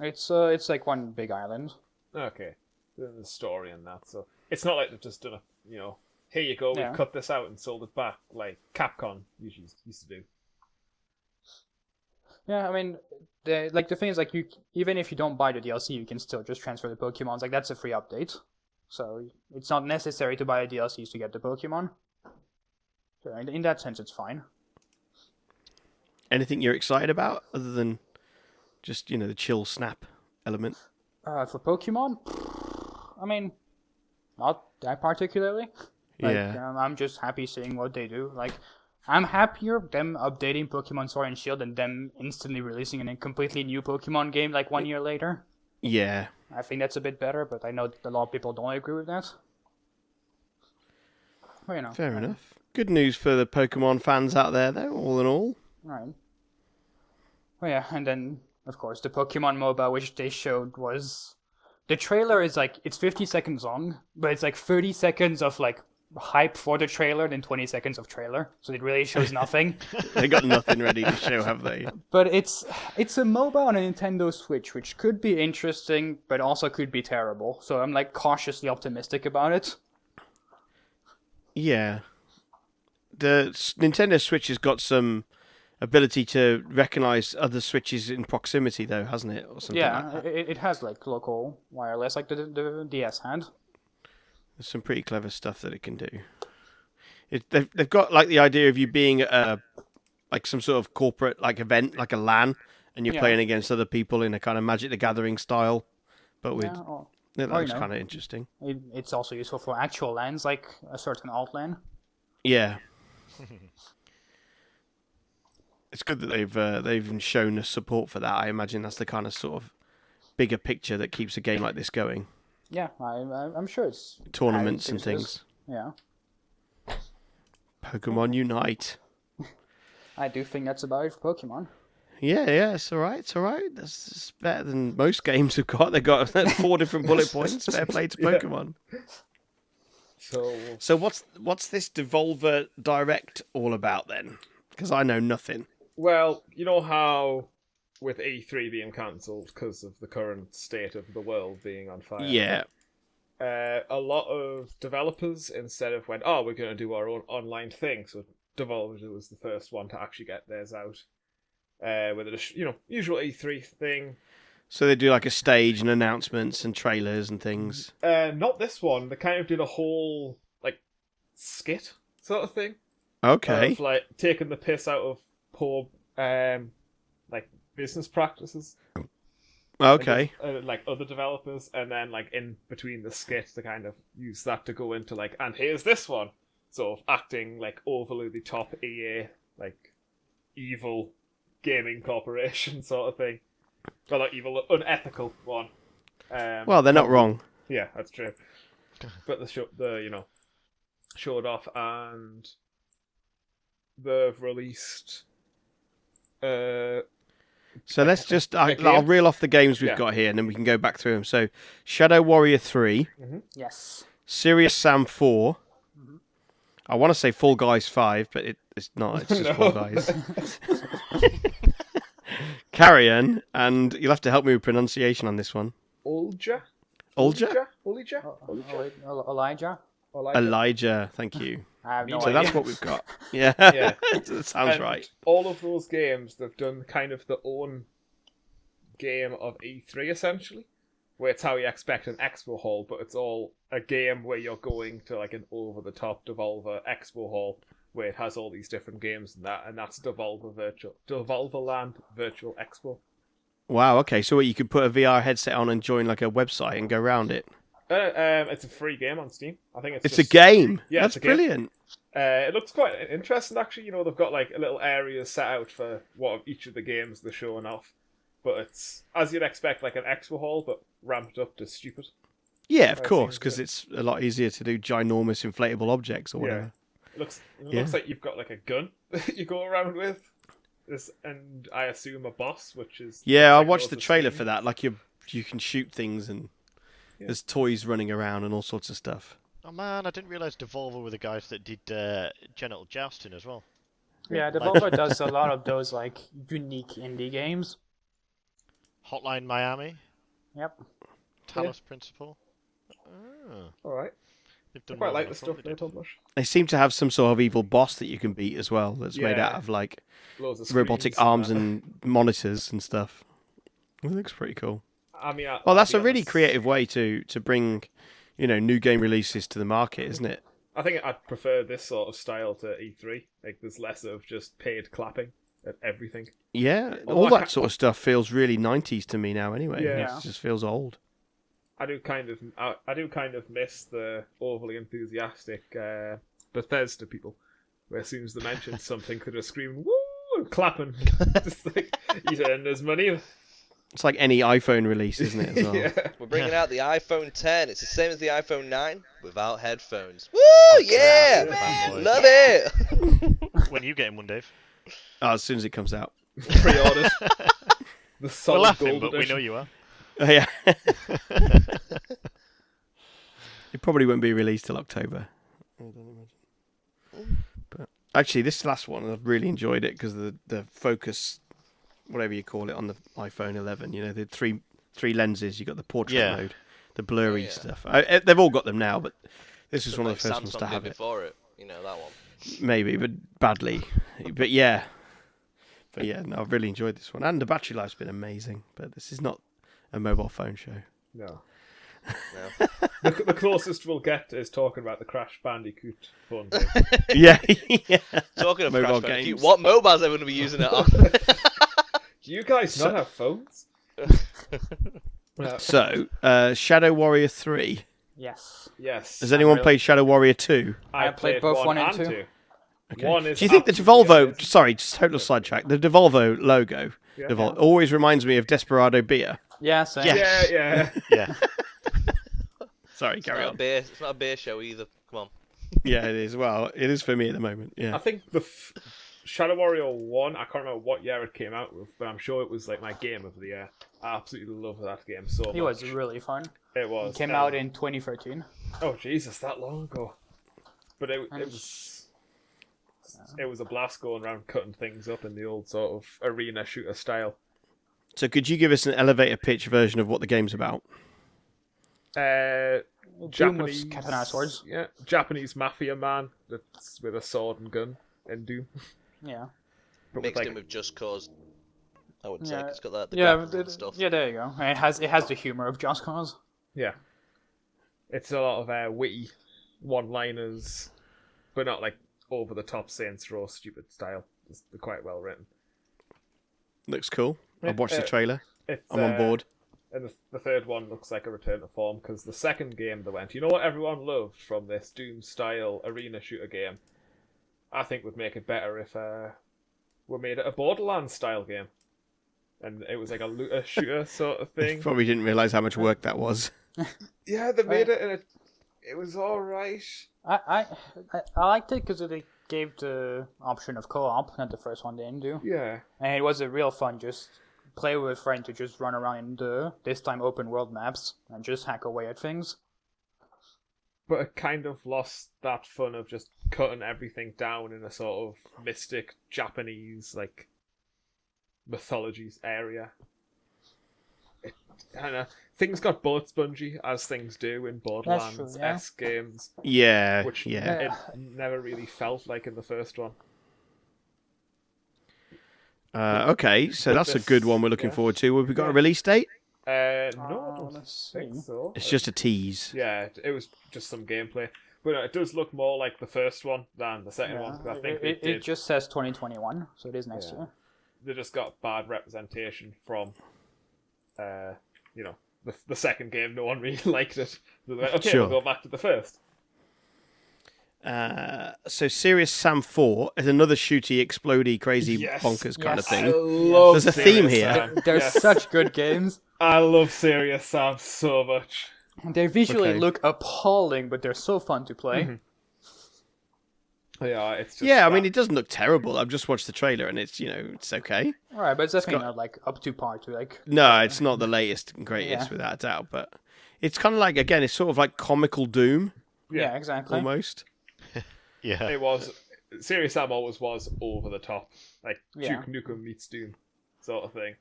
It's uh, it's like one big island.
Okay, then there's a story in that. So it's not like they've just done a you know here you go
Yeah.
we've cut this out and sold it back like Capcom usually used to do.
Yeah, I mean, the like the thing is like you even if you don't buy the DLC, you can still just transfer the Pokemons. Like that's a free update, so it's not necessary to buy the DLCs to get the Pokemon. So in, in that sense, it's fine.
Anything you're excited about other than just you know the chill snap element?
Uh, for Pokemon, I mean, not that particularly. Like,
yeah,
um, I'm just happy seeing what they do. Like, I'm happier them updating Pokemon Sword and Shield than them instantly releasing a completely new Pokemon game like one year later.
yeah.
I think that's a bit better, but I know a lot of people don't agree with that. But, you know,
Fair enough. Good news for the Pokemon fans out there, though. All in all,
right? Oh yeah, and then of course the Pokemon MOBA, which they showed was the trailer is like it's 50 seconds long, but it's like 30 seconds of like hype for the trailer, then 20 seconds of trailer, so it really shows nothing.
they got nothing ready to show, have they?
But it's it's a MOBA on a Nintendo Switch, which could be interesting, but also could be terrible. So I'm like cautiously optimistic about it.
Yeah. The s- Nintendo Switch has got some ability to recognize other switches in proximity, though, hasn't it? Or something like
yeah,
that.
it, it has like local wireless, like the, the DS had.
There's some pretty clever stuff that it can do. It, they've they've got like the idea of you being at a like some sort of corporate like event, like a LAN, and you're
Yeah.
playing against other people in a kind of Magic the Gathering style. But with
Yeah, or,
that
or, you
looks
know.
kind of interesting.
it, it's also useful for actual lands, like a certain outland.
Yeah. it's good that they've uh, they've even shown us support for that. I imagine that's the kind of sort of bigger picture that keeps a game like this going.
Yeah, I, I, I'm sure it's
Tournaments and
added to this.
things.
Yeah,
Pokemon Unite.
I do think that's about it for Pokemon.
Yeah, yeah, it's all right. It's all right. That's it's better than most games have got. They've got four different bullet points. Fair play to Pokemon.
So
So what's what's this Devolver Direct all about then? Because I know nothing.
well, you know how with E3 being cancelled because of the current state of the world being on fire.
Yeah,
uh, a lot of developers instead of went, oh, we're going to do our own online thing. So Devolver was the first one to actually get theirs out. Uh, with a dis- you know usual E3 thing.
so they do like a stage and announcements and trailers and things.
Uh, not this one. They kind of did a whole like skit sort of thing.
Okay.
Of, like taking the piss out of poor um like business practices.
Okay.
uh, like other developers, and then like in between the skit to kind of use that to go into like, and here's this one, sort of acting like overly the top EA like evil gaming corporation sort of thing. Well, not evil, unethical one. Um,
Well, they're not wrong.
yeah, that's true. But the show, the you know, showed off, and they've released. Uh,
So let's just I,
Okay.
I'll reel off the games we've
Yeah.
got here, and then we can go back through them. So Shadow Warrior Three,
Yes,
Serious Sam 4
Mm-hmm.
I want to say Full Guys Five, but it, it's not. It's just
No.
Full Guys. Carrion, and you'll have to help me with pronunciation on this one.
Ulja,
Olja,
Ulja,
Oh, Eli- El- Elijah.
Elijah. Thank you.
I have no
So
idea.
that's what we've got. Yeah,
Yeah.
that sounds
And
right.
All of those games, they've done kind of their own game of E3 essentially, where it's how you expect an expo hall, but it's all a game where you're going to like an over-the-top Devolver expo hall where it has all these different games and that, and that's Devolver Virtual Devolverland Virtual Expo.
Wow. Okay. So what, you could put a VR headset on and join like a website and go round it.
Uh, um, it's a free game on Steam. I think it's
It's
just-
a game.
Yeah,
That's
it's a game.
brilliant.
Uh, it looks quite interesting, actually. You know, they've got like a little area set out for what each of the games they're showing off, but it's as you'd expect, like an expo hall, but ramped up to stupid.
Yeah, of
That
course,
seems
because
good.
it's a lot easier to do ginormous inflatable objects or
Yeah.
whatever.
It looks it
Yeah.
looks like you've got like a gun that you go around with. This, and I assume a boss, which is
Yeah, I
like
watched
loads
the
of
trailer for
things.
that. Like you, you can shoot things and
Yeah.
there's toys running around and all sorts of stuff.
Oh man, I didn't realise Devolver were the guys that did uh, Genital Jousting as well.
Yeah, Devolver does a lot of those like unique indie games.
Hotline Miami,
Yep.
Talos Principle. Oh,
All right,
they've
I
done
quite
more
like the
than I thought
stuff
they
they
did.
publish.
They seem to have some sort of evil boss that you can beat as well. That's made out
Yeah.
of like
Loads of
robotic
screens and
arms
that.
and monitors and stuff. It looks pretty cool.
I mean, I,
Well,
I'll
that's
be
a really
honest,
creative way to to bring, you know, new game releases to the market, isn't it?
I think I'd prefer this sort of style to E3. Like, there's less of just paid clapping at everything.
Yeah,
Well,
all
I
that
can't-
sort of stuff feels really '90s to me now. Anyway,
Yeah.
it just feels old.
I do kind of, I, I do kind of miss the overly enthusiastic uh, Bethesda people, where as soon as they mention something, they're just screaming "woo" and clapping. just like you said, there's money.
It's like any iPhone release, isn't it? As well?
yeah.
We're bringing out the iPhone 10. It's the same as the iPhone 9 without headphones. Woo! yeah!
fanboys.
Love it!
When are you getting one, Dave?
Oh, as soon as it comes out.
Pre-orders. The
We're
solid
laughing,
gold
but we
edition.
know you are.
Oh, yeah, it probably won't be released till October. I don't imagine. But actually, this last one I've really enjoyed it because the the focus, whatever you call it, on the iPhone 11. You know, the three three lenses. You got the portrait
Yeah.
mode, the blurry
Yeah.
stuff. I, eh, they've all got them now, but this is one of
Like
the first ones
Samsung
to
did
have it.
before it. You know, that one.
Maybe, but badly. But yeah. But yeah, no, I've really enjoyed this one. And the battery life's been amazing. But this is not a mobile phone show.
No.
No.
The, the closest we'll get is talking about the Crash Bandicoot phone. game.
yeah. yeah.
Talking of
Mobile
Crash Bandicoot,
games.
what mobiles are we going to be using it on?
Do you guys
So-
not have phones? Uh,
So, uh, Shadow Warrior 3.
Yes.
yes.
Has anyone
Really?
played Shadow Warrior 2?
I played both one and two.
Okay.
One is
Do you think the
absolutely
Devolvo,
amazing.
sorry, just total sidetrack, the Devolvo logo
Yeah.
Devol- always reminds me of Desperado Beer.
Yeah, same.
Yeah.
Yeah, yeah.
Yeah.
Sorry,
It's
carry
not a
on.
beer. It's not a beer show either. Come on.
Yeah, it is. Well, it is for me at the moment.
I
Yeah.
think the f- Shadow Warrior One. I can't remember what year it came out with, but I'm sure it was like my game of the year. I absolutely love that game so much.
It was really fun.
It was.
It came
um,
out in 2013.
Oh Jesus, that long ago. But it,
And
it was. It was a blast going around cutting things up in the old sort of arena shooter style.
So, could you give us an elevator pitch version of what the game's about?
Uh,
Doom
Japanese
with katana swords.
Yeah, Japanese mafia man that's with a sword and gun in Doom.
Yeah.
But with,
Mixed
like,
in with Just Cause. I would say
Yeah.
'cause it's got that the
yeah,
yeah,
th-
and stuff.
yeah, there you go. It has it has the humor of Just Cause.
yeah, it's a lot of uh, witty one-liners, but not like over the top Saints Row stupid style. It's they're quite well written.
Looks cool.
Yeah,
I've watched the
uh,
trailer.
It's,
I'm
uh,
on board.
And the, the third one looks like a return to form because the second game they went, you know what everyone loved from this Doom style arena shooter game? I think would make it better if uh, we made it a Borderlands style game. And it was like a looter shooter sort of thing.
Probably didn't realize how much work that was.
Yeah, they
Uh,
made it and it, it was alright.
I I I, I liked it because they gave the option of co-op, not the first one they didn't do,
Yeah.
and it was a real fun just play with a friend to just run around in the this time open world maps and just hack away at things.
But it kind of lost that fun of just cutting everything down in a sort of mystic Japanese, like, mythologies area. It, I don't know. Things got bullet spongy, as things do in Borderlands S games,
Yeah.
which
Eh, yeah.
it never really felt like in the first one.
Uh, okay, so that's a
this-
good one we're looking
yeah.
forward to. Have we got a
Yeah.
release date?
Uh, no,
Uh,
I don't
let's
think
see.
so.
It's just a tease.
Yeah, it- it was just some gameplay. But no, it does look more like the first one than the second one. 'cause I think
it,
they
it
did
just says 2021, so it is next
Yeah.
year.
they just got bad representation from, uh, you know, the, the second game. No one really liked it. They went, okay,
Sure.
we'll go back to the first.
Uh, so Serious Sam 4 is another shooty, explodey, crazy,
Yes.
bonkers kind
Yes.
of thing.
I
love
There's a theme here.
Sam.
They're
Yes.
such good games.
I love Serious Sam so much.
They visually
Okay.
Mm-hmm.
look appalling, but they're so fun to play.
Yeah, it's just
yeah, I
that.
mean, it doesn't look terrible. I've just watched the trailer and it's, you know, it's okay.
All right, but it's definitely not like up to par to like.
No, it's not the latest and greatest
Yeah.
without a doubt, but it's kind of like, again, it's sort of like comical doom
Yeah.
Yeah, exactly.
almost.
Yeah.
it was Serious Sam always was over the top, like
Yeah.
Duke Nukem meets Doom, sort of thing.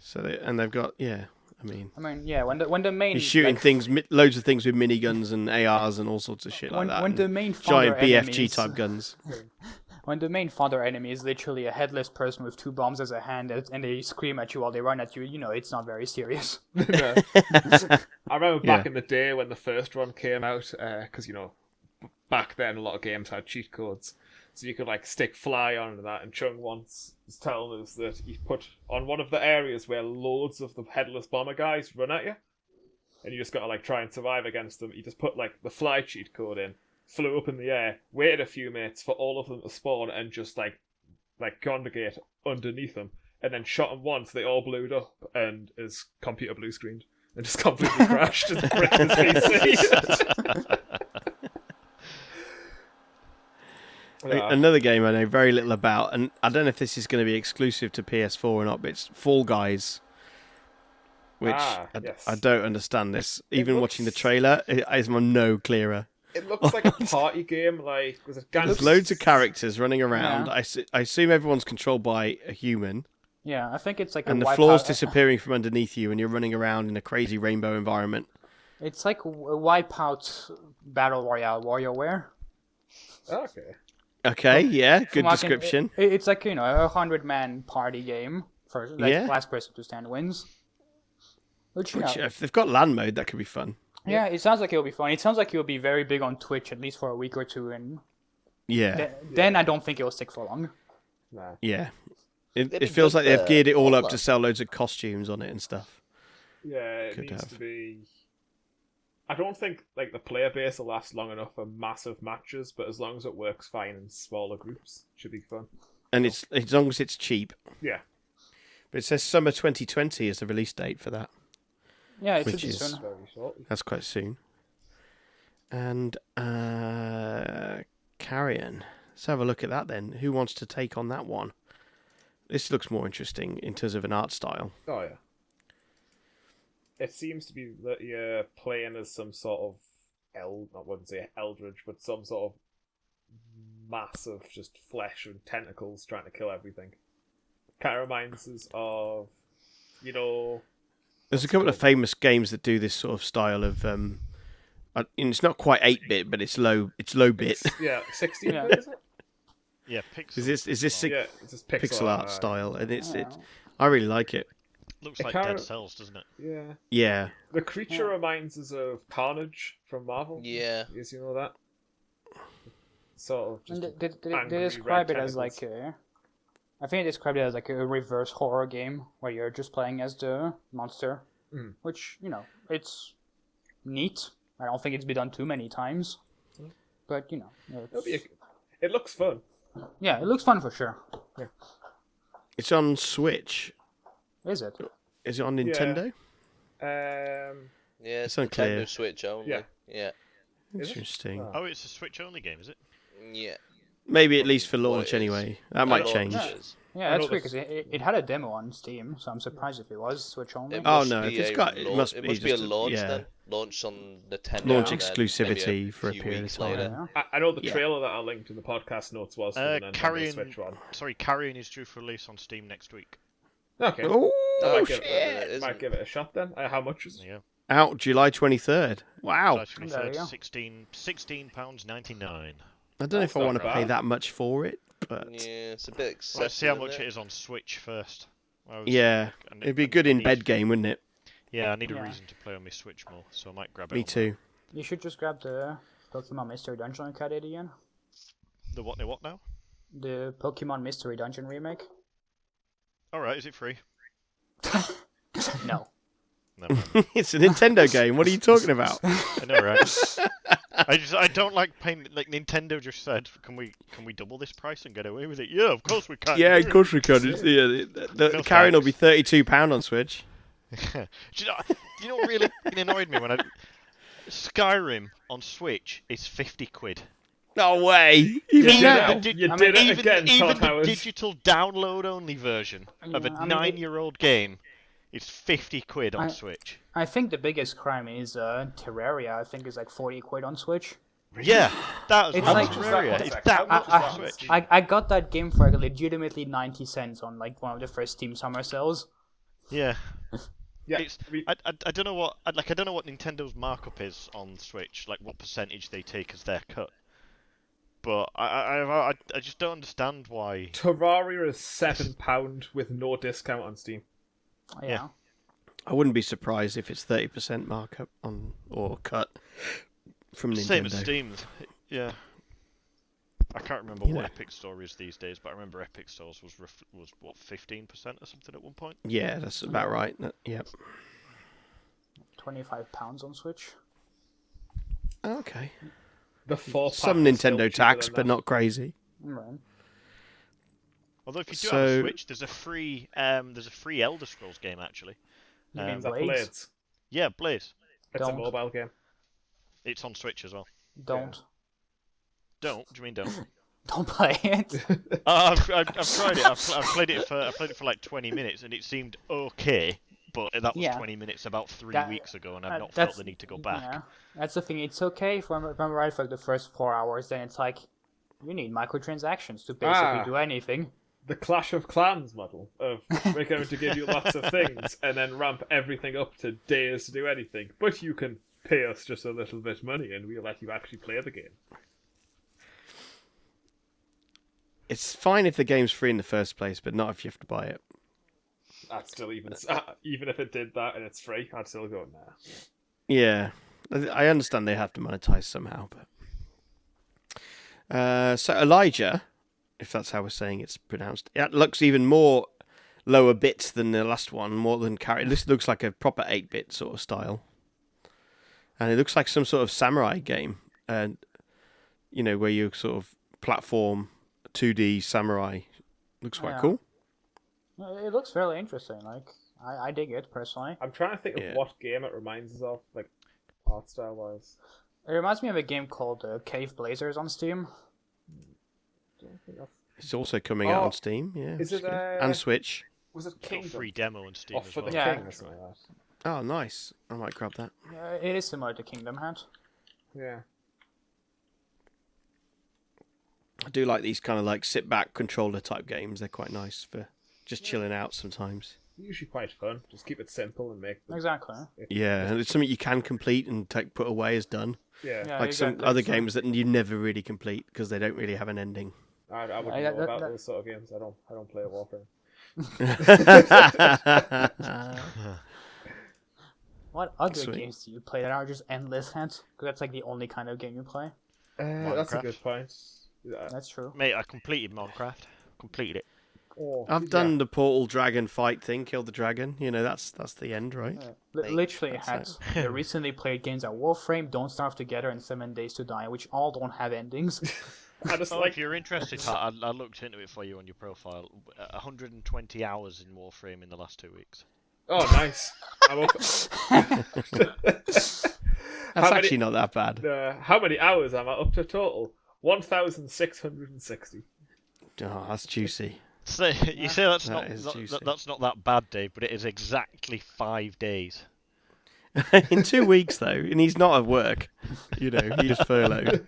So, they, and they've got, yeah, I mean,
I mean, yeah, when the when the main
he's shooting
like,
things, mi- loads of things with miniguns and ARs and all sorts of shit like
when,
that.
when
and
the main father
giant
enemy
BFG
is-
type guns.
when the main father enemy is literally a headless person with two bombs as a hand and and they scream at you while they run at you, you know it's not very serious.
No. I remember back
Yeah.
in the day when the first one came out, because you know, b- back then a lot of games had cheat codes, so you could like stick fly on that. And Chung once was telling us that you put on one of the areas where loads of the headless bomber guys run at you, and you just got to like try and survive against them. You just put like the fly cheat code in, flew up in the air, waited a few minutes for all of them to spawn, and just like like congregate underneath them. And then shot them once, they all blew up, and his computer blue screened and just completely crashed and broke his PC.
A- Another game I know very little about, and I don't know if this is going to be exclusive to PS4 or not, but it's Fall Guys, which
Ah,
I,
yes.
I don't understand this. Even watching the
looks-
trailer, it, I'm no clearer.
It looks like a party game, like was it Gang-
There's loads of characters running around.
Yeah.
I, su- I assume everyone's controlled by a human,
Yeah, I think it's like
and
a
the
wipeout. e-
floor's disappearing from underneath you, and you're running around in a crazy rainbow environment.
It's like a wipeout battle royale WarioWare.
Oh, Okay.
Okay, yeah, good
Mark, and
description.
it- it's like you know a hundred man party game for like,
Yeah.
last person to stand wins. Which, you
Which, uh,
know,
if they've got land mode, that could be fun.
yeah, it sounds like it'll be fun. It sounds like you'll be very big on Twitch at least for a week or two, and
Uh, Yeah,
th- then I don't think it'll stick for long.
Nah.
yeah. It,
They'd
it
be
feels
good
like they've
for
geared it all up to
Fallout.
sell loads of costumes on it and stuff.
Yeah, it
Could
needs
have.
to be. I don't think like the player base will last long enough for massive matches, but as long as it works fine in smaller groups, should be fun.
and it's as long as it's cheap.
Yeah.
But it says summer 2020 is the release date for that.
Yeah, it
Which
should be
is-
soon.
Very shortly.
That's quite soon. And uh, Carrion. Let's have a look at that then. Who wants to take on that one? This looks more interesting in terms of an art style.
Oh yeah. It seems to be that you're playing as some sort of el not wouldn't say eldridge, but some sort of massive just flesh and tentacles trying to kill everything. Kind of reminds us of you know
There's a couple of famous games that do this sort of style of. Um, uh, and it's not quite eight bit, but it's low. It's low bit.
yeah, sixteen
Yeah.
bit, is it?
Yeah, pixel.
Is this is this sig-
Yeah, it's just pixel,
pixel art
uh,
style? And it's it. I really like it.
Looks
It
like
kinda-
Dead Cells, doesn't it?
Yeah.
Yeah,
The creature
Yeah.
reminds us of Carnage from Marvel.
Yeah.
Yes, you know that. Sort of just
And they, they, they
angry red
describe it as like
tentacles.
a, I think they described it as like a reverse horror game where you're just playing as the monster,
Mm.
which you know it's neat. I don't think it's been done too many times, but you know,
Hmm. It'll
it's-
be a- it looks fun.
yeah, it looks fun for sure.
it's on Switch.
Is it?
Is it on
Yeah.
Nintendo?
Um
Yeah,
It's
it's
unclear.
Nintendo Switch only.
Yeah.
Yeah. Yeah.
Is it?
Interesting.
Oh.
Oh, it's a Switch only game, is it?
yeah.
Maybe at least for
What it
launch
is.
anyway. That might
Launch
change.
Ah,
Yeah.
is-
Yeah,
I
that's
know
weird
this-
because it, it, it had a demo on Steam, so I'm surprised if it was Switch only.
It
Oh,
must
no, if
be
it's
a
got- it
launch-
must
it
be
must be a
just a-
launch
yeah.
then. Launch on Nintendo.
Launch
and then
exclusivity
maybe a
for a
few
period
weeks
of time.
later.
Yeah.
I, I know the
Yeah.
trailer that I linked in the podcast notes was for
Uh,
the Nintendo
Carrion-
Switch one.
Sorry, Carrion is due for release on Steam next week.
Okay,
Oh,
Oh,
might, give
shit.
it, might give it a shot then. Uh, how much is
There
it?
you go.
out July 23rd. Wow.
Actually,
There you
third,
go.
16 16 pounds 99.
I don't know if I
not
want to pay
bad.
that much for it, but
Yeah, it's a bit excessive.
Let's see how much
isn't
it is on Switch first. I was-
yeah,
I ne-
it'd be
I
good in
need-
bed game, wouldn't it?
Yeah, I need a
Yeah.
reason to play on my Switch more, so I might grab it.
Me
on
too.
You should just grab the Pokemon Mystery Dungeon and cut it again.
The, the what? The what now?
The Pokemon Mystery Dungeon remake.
All right, is it free?
No.
No.
it's a Nintendo game. What are you talking about?
I know, right? I just I don't like paying. Like Nintendo just said, can we can we double this price and get away with it? Yeah, of course we can.
yeah, of course we could. It's- Yeah, the, the, the
No
Karen will be
thanks.
thirty-two pound on Switch.
Do you know? Do you know what really fucking annoyed me when I Skyrim on Switch is fifty quid.
No way.
You
Even
did
now.
it,
the-
you
I
did
mean,
it
even
again,
even
Todd
the
Howard.
digital download only version of a
Yeah, Mm, I mean, it-
nine-year-old game is fifty quid on
I-
Switch.
I think the biggest crime is uh, Terraria. I think is like forty quid on Switch.
Yeah, that was
It's
much
like-
Terraria.
That's
It's
like-
that much
that's
on
like-
Switch.
I, I got that game for like legitimately ninety cents on like one of the first Steam summer sales.
Yeah,
Yeah,
it's,
we-
I, I, I don't know what I, like I don't know what Nintendo's markup is on Switch, like what percentage they take as their cut. But I I, I, I- I just don't understand why.
Terraria is seven pound with no discount on Steam.
Yeah.
Yeah.
I wouldn't be surprised if it's thirty percent markup on or cut from Nintendo.
Same as Steam. Yeah. I can't remember
You
what
know.
Epic Store is these days, but I remember Epic Stores was ref- was what fifteen percent or something at one point.
Yeah, that's about right. That- Yep.
Twenty five pounds on Switch.
Okay.
The four
Some
pack is still
Nintendo
cheaper
tax,
than
but
that.
not crazy.
Right.
Uh, Although if you do have a
So-
Switch, there's a free um there's a free Elder Scrolls game actually.
You mean
Um,
Is that
Blades?
Blades?
Yeah, Blaze.
It's a
Don't.
mobile game.
It's on Switch as well.
Don't
Don't? Do you mean don't?
don't play it.
Uh, I've, I've, I've tried it. I've, pl- I've played it for I played it for like 20 minutes, and it seemed okay. But that was
Yeah.
20 minutes about three
That-
weeks ago, and I've
Uh,
not felt
that's-
the need to go back.
Yeah, that's the thing. It's okay if I'm, if I'm right for like, the first four hours. Then it's like you need microtransactions to basically
Ah.
do anything.
The Clash of Clans model of we're going to give you lots of things and then ramp everything up to days to do anything, but you can pay us just a little bit money and we'll let you actually play the game.
It's fine if the game's free in the first place, but not if you have to buy it.
That's still even uh, even if it did that and it's free, I'd still go nah.
Yeah, I I understand they have to monetize somehow, but uh, so Elijah, if that's how we're saying it's pronounced, it looks even more lower bits than the last one, more than carry. This looks like a proper eight-bit sort of style, and it looks like some sort of samurai game, and you know where you sort of platform two D samurai. Looks quite
Yeah.
cool.
Uh, It looks fairly interesting. Like I, I dig it personally.
I'm trying to think of
Yeah.
what game it reminds us of, like art style wise.
It reminds me of a game called uh, Cave Blazers on Steam.
It's also coming out
Oh,
on Steam, yeah,
is
which
it,
good.
uh,
and Switch.
Was it
Got a
Kingdom?
free demo on Steam
Off
as
for the
well.
Yeah.
King or something like that.
Oh, nice! I might grab that.
Uh, it is similar to Kingdom Hearts.
Yeah.
I do like these kind of like sit back controller type games. They're quite nice for just chilling out sometimes.
Usually quite fun. Just keep it simple and make the
Exactly.
Yeah, and it's something you can complete and take put away as done.
Yeah.
Yeah,
like some
exactly.
other
So-
games that you never really complete because they don't really have an ending.
I, I wouldn't
I-
know
that-
about
that-
those sort of games. I don't. I don't play Warframe.
What other
Sweet.
games do you play that are just endless hints? Because that's like the only kind of game you play.
Uh, that's a
Minecraft.
good point. Yeah.
That's true.
Mate, I completed Minecraft. Completed it.
Oh,
I've
yeah.
done the portal dragon fight thing, kill the dragon. You know that's that's the end, right?
Li- literally
that's
had the recently played games like Warframe, Don't Starve Together, and Seven Days to Die, which all don't have endings.
I just
Oh,
like
if you're interested, I, I looked into it for you on your profile. 120 hours in Warframe in the last two weeks.
Oh, nice. I'm up.
That's
how,
actually
many,
not that bad.
uh, how many hours am I up to total? 1,660.
Oh, that's juicy.
So you say that's
That
not
is
that-
juicy.
that, that's not that bad, Dave, but it is exactly five days.
In two weeks though, and he's not at work. You know, he's furloughed.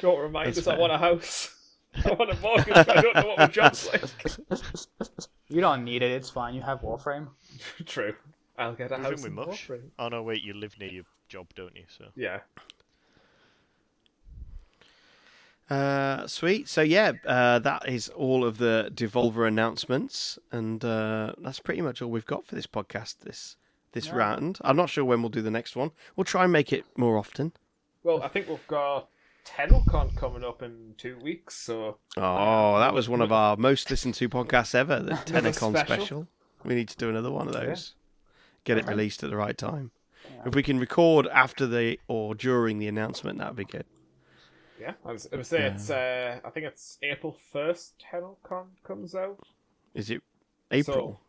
Don't remind
That's
us I
fair.
want a house. I want a mortgage, but I don't know what my job's like.
you don't need it. It's fine. You have Warframe.
True. I'll get a
Moving
house.
with
in
much.
Warframe.
Oh no, wait, you live near your job, don't you? So
Yeah.
Uh, sweet. So yeah, uh, that is all of the Devolver announcements, and uh, that's pretty much all we've got for this podcast this this
Yeah.
round. I'm not sure when we'll do the next one. We'll try and make it more often.
Well, I think we've got TennoCon coming up in two weeks, so
Oh, that was one of our most listened to podcasts ever, the Tenacon
special.
special. We need to do another one of those. Get it released at the right time. If we can record after the or during the announcement, that'd be good.
yeah. I was, I was saying it's. Uh, I think it's April first. TennoCon comes out.
Is it April?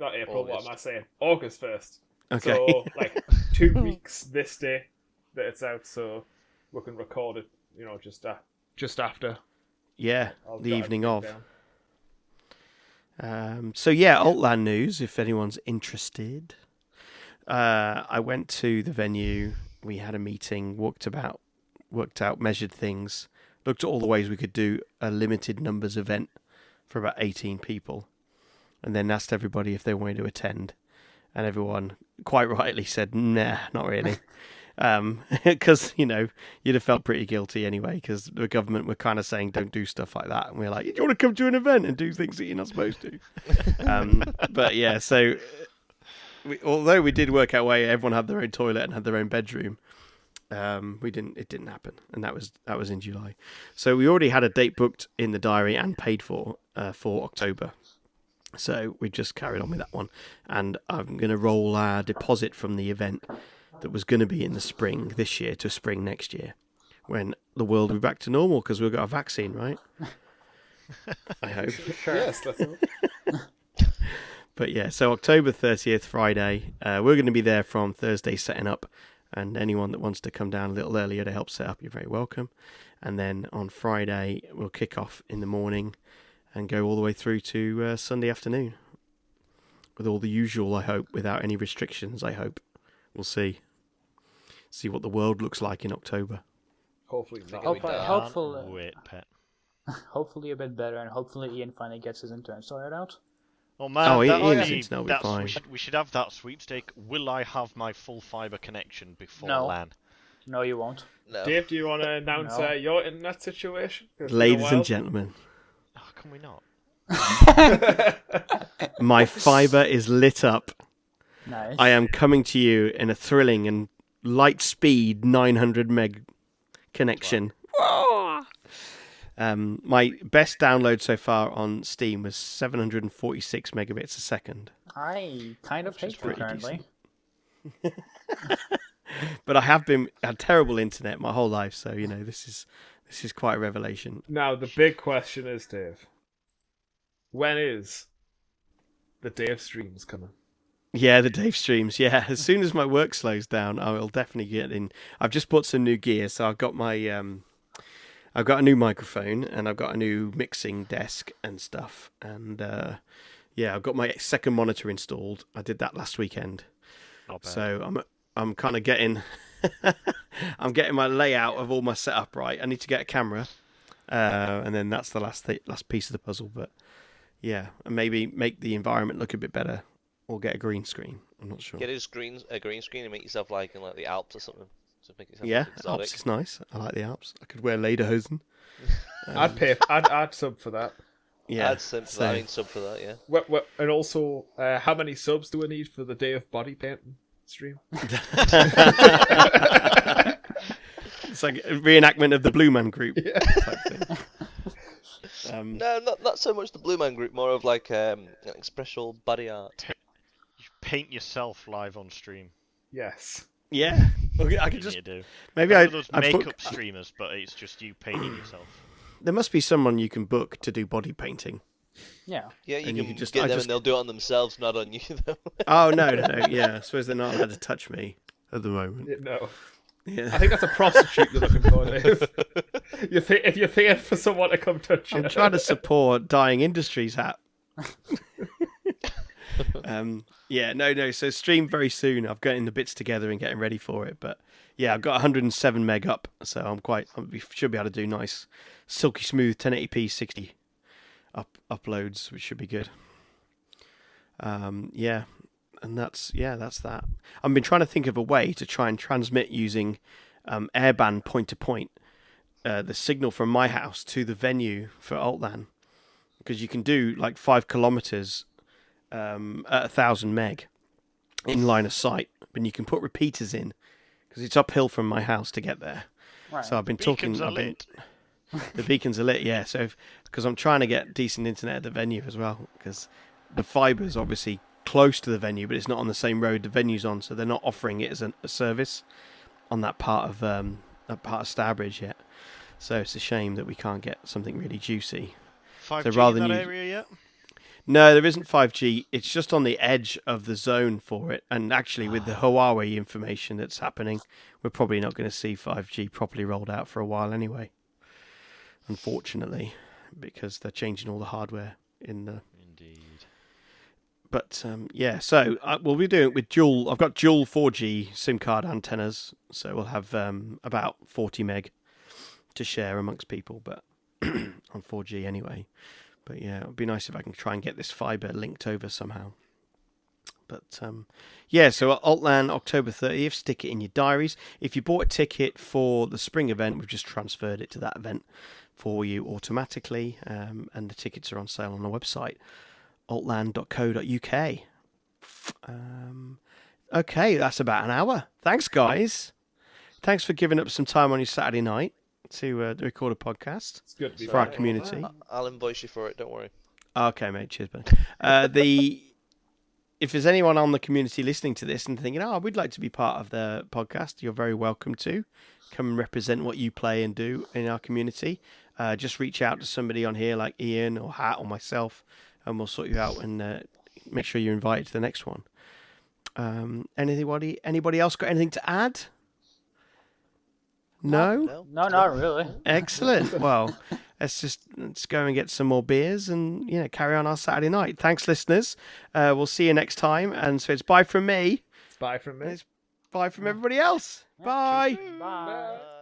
Not April. What
August.
am I saying? August first.
okay.
So like two weeks this day that it's out. So we can record it. You know, just uh, just after
Yeah,
I've
the
got everything
evening of.
down.
Um, so yeah, Altland news. If anyone's interested, uh, I went to the venue. We had a meeting, worked about, worked out, measured things, looked at all the ways we could do a limited numbers event for about eighteen people, and then asked everybody if they wanted to attend, and everyone quite rightly said, "Nah, not really." Because Um, you know you'd have felt pretty guilty anyway, because the government were kind of saying don't do stuff like that, and we are like, "Do you want to come to an event and do things that you're not supposed to?" um, but yeah, so uh, we, although we did work our way, everyone had their own toilet and had their own bedroom. Um, we didn't. It didn't happen, and that was that was in July. So we already had a date booked in the diary and paid for uh, for October. So we just carried on with that one, and I'm going to roll our deposit from the event that was going to be in the spring this year to spring next year, when the world will be back to normal because we've got a vaccine, right? I hope.
Sure.
Yes, let's have
But yeah, so October 30th, Friday, uh, we're going to be there from Thursday setting up. And anyone that wants to come down a little earlier to help set up, you're very welcome. And then on Friday, we'll kick off in the morning and go all the way through to uh, Sunday afternoon with all the usual, I hope, without any restrictions, I hope. We'll see. See what the world looks like in October.
hopefully not.
Hope-
Hopefully,
Can't
helpful, uh,
Wait, pet.
hopefully a bit better, and hopefully Ian finally gets his intern sorted out.
Oh man,
Oh,
that,
yeah, yeah,
that-
it's now be
that's-
fine.
We, should, we should have that sweepstake. Will I have my full fiber connection before
No.
LAN?
No, you won't.
No.
Dave, do you want to announce
No.
uh, your internet situation? It's been a
Ladies
while.
and gentlemen,
Oh, can we not?
my fiber is lit up.
Nice.
I am coming to you in a thrilling and light speed 900 meg connection. Um, my best download so far on Steam was 746 megabits a second,
I kind of hate you
pretty
currently.
decent. but I have been had terrible internet my whole life, so you know this is this is quite a revelation.
Now the big question is, Dave, when is the Dave streams coming?
Yeah, the Dave streams. Yeah, as soon as my work slows down, I will definitely get in. I've just bought some new gear, so I've got my um, I've got a new microphone and I've got a new mixing desk and stuff, and uh, yeah, I've got my second monitor installed. I did that last weekend,
Not bad.
so I'm I'm kind of getting I'm getting my layout of all my setup right. I need to get a camera, uh, and then that's the last th- last piece of the puzzle. But yeah, and maybe make the environment look a bit better, or get a green screen. I'm not sure.
Get his green a green screen and make yourself like in like the Alps or something. To make yourself
Yeah,
exotic.
Alps is nice. I like the Alps. I could wear lederhosen.
Uh,
I'd pay. I'd, I'd sub for that.
Yeah,
I'd sub for
so-
that. I mean, sub for that. Yeah.
What, what, and also, uh, how many subs do we need for the Dave body painting stream?
it's like a reenactment of the Blue Man Group. Type thing. Um,
No, not not so much the Blue Man Group. More of like um, an expressional body art.
You paint yourself live on stream.
Yes.
yeah, Okay, I
You
could just
need to do.
maybe
Like
I,
all those
I
makeup
book.
streamers, but it's just you painting yourself.
There must be someone you can book to do body painting.
Yeah.
Yeah, you
And
can
you could just-
get
I
them
just-
and they'll do it on themselves, not on you though.
Oh no, no, no. Yeah, I suppose they're not allowed to touch me at the moment.
Yeah, No. I
Yeah,
think that's a prostitute you're looking for, Dave. you pay, if you're paying for someone to come touch you.
I'm trying to support dying industries. Hat. um, yeah, no, no. So stream very soon. I've gotten the bits together and getting ready for it. But yeah, I've got 107 meg up, so I'm quite. I should be able to do nice, silky smooth 1080p 60 up uploads, which should be good. Um, yeah, and that's yeah, that's that. I've been trying to think of a way to try and transmit using um, airband point to point uh, the signal from my house to the venue for Altlan because you can do like five kilometers um, at a thousand meg in line of sight, and you can put repeaters in because it's uphill from my house to get there.
Right.
So I've been
Beacons
talking.
are
I've been,
lit.
the beacons are lit, yeah. So because I'm trying to get decent internet at the venue as well, because the fiber's obviously close to the venue, but it's not on the same road the venue's on, so they're not offering it as an, a service on that part of um, that part of Starbridge yet. So it's a shame that we can't get something really juicy.
5G
rather
in that
than you-
area yet?
No, there isn't 5G. It's just on the edge of the zone for it. And actually, with the Huawei information that's happening, we're probably not going to see 5G properly rolled out for a while anyway. Unfortunately, because they're changing all the hardware in the.
Indeed.
But um, yeah, so uh, we'll be doing it with dual. I've got dual 4G SIM card antennas, so we'll have um, about 40 meg to share amongst people, but on 4G anyway. But yeah, it would be nice if I can try and get this fiber linked over somehow. But um, yeah, so Altland October 30th, stick it in your diaries. If you bought a ticket for the spring event, we've just transferred it to that event for you automatically, um, and the tickets are on sale on our website, altland.co.uk. Um, okay, that's about an hour. Thanks, guys. Thanks for giving up some time on your Saturday night to uh, record a podcast
It's good to be
for our
back.
community.
I'll invoice you for it. Don't worry.
Okay, mate. Cheers, buddy. Uh, the if there's anyone on the community listening to this and thinking, "Oh, we'd like to be part of the podcast," you're very welcome to come and represent what you play and do in our community. Uh, just reach out to somebody on here, like Ian or Hat or myself, and we'll sort you out and uh, make sure you're invited to the next one. Um, anybody, anybody else got anything to add? No.
No.
No, not really.
Excellent. Well, let's just let's go and get some more beers and you know carry on our Saturday night. Thanks, listeners. Uh, we'll see you next time. And so it's bye from me.
Bye from me.
It's bye from everybody else. Bye.
Bye.
Bye.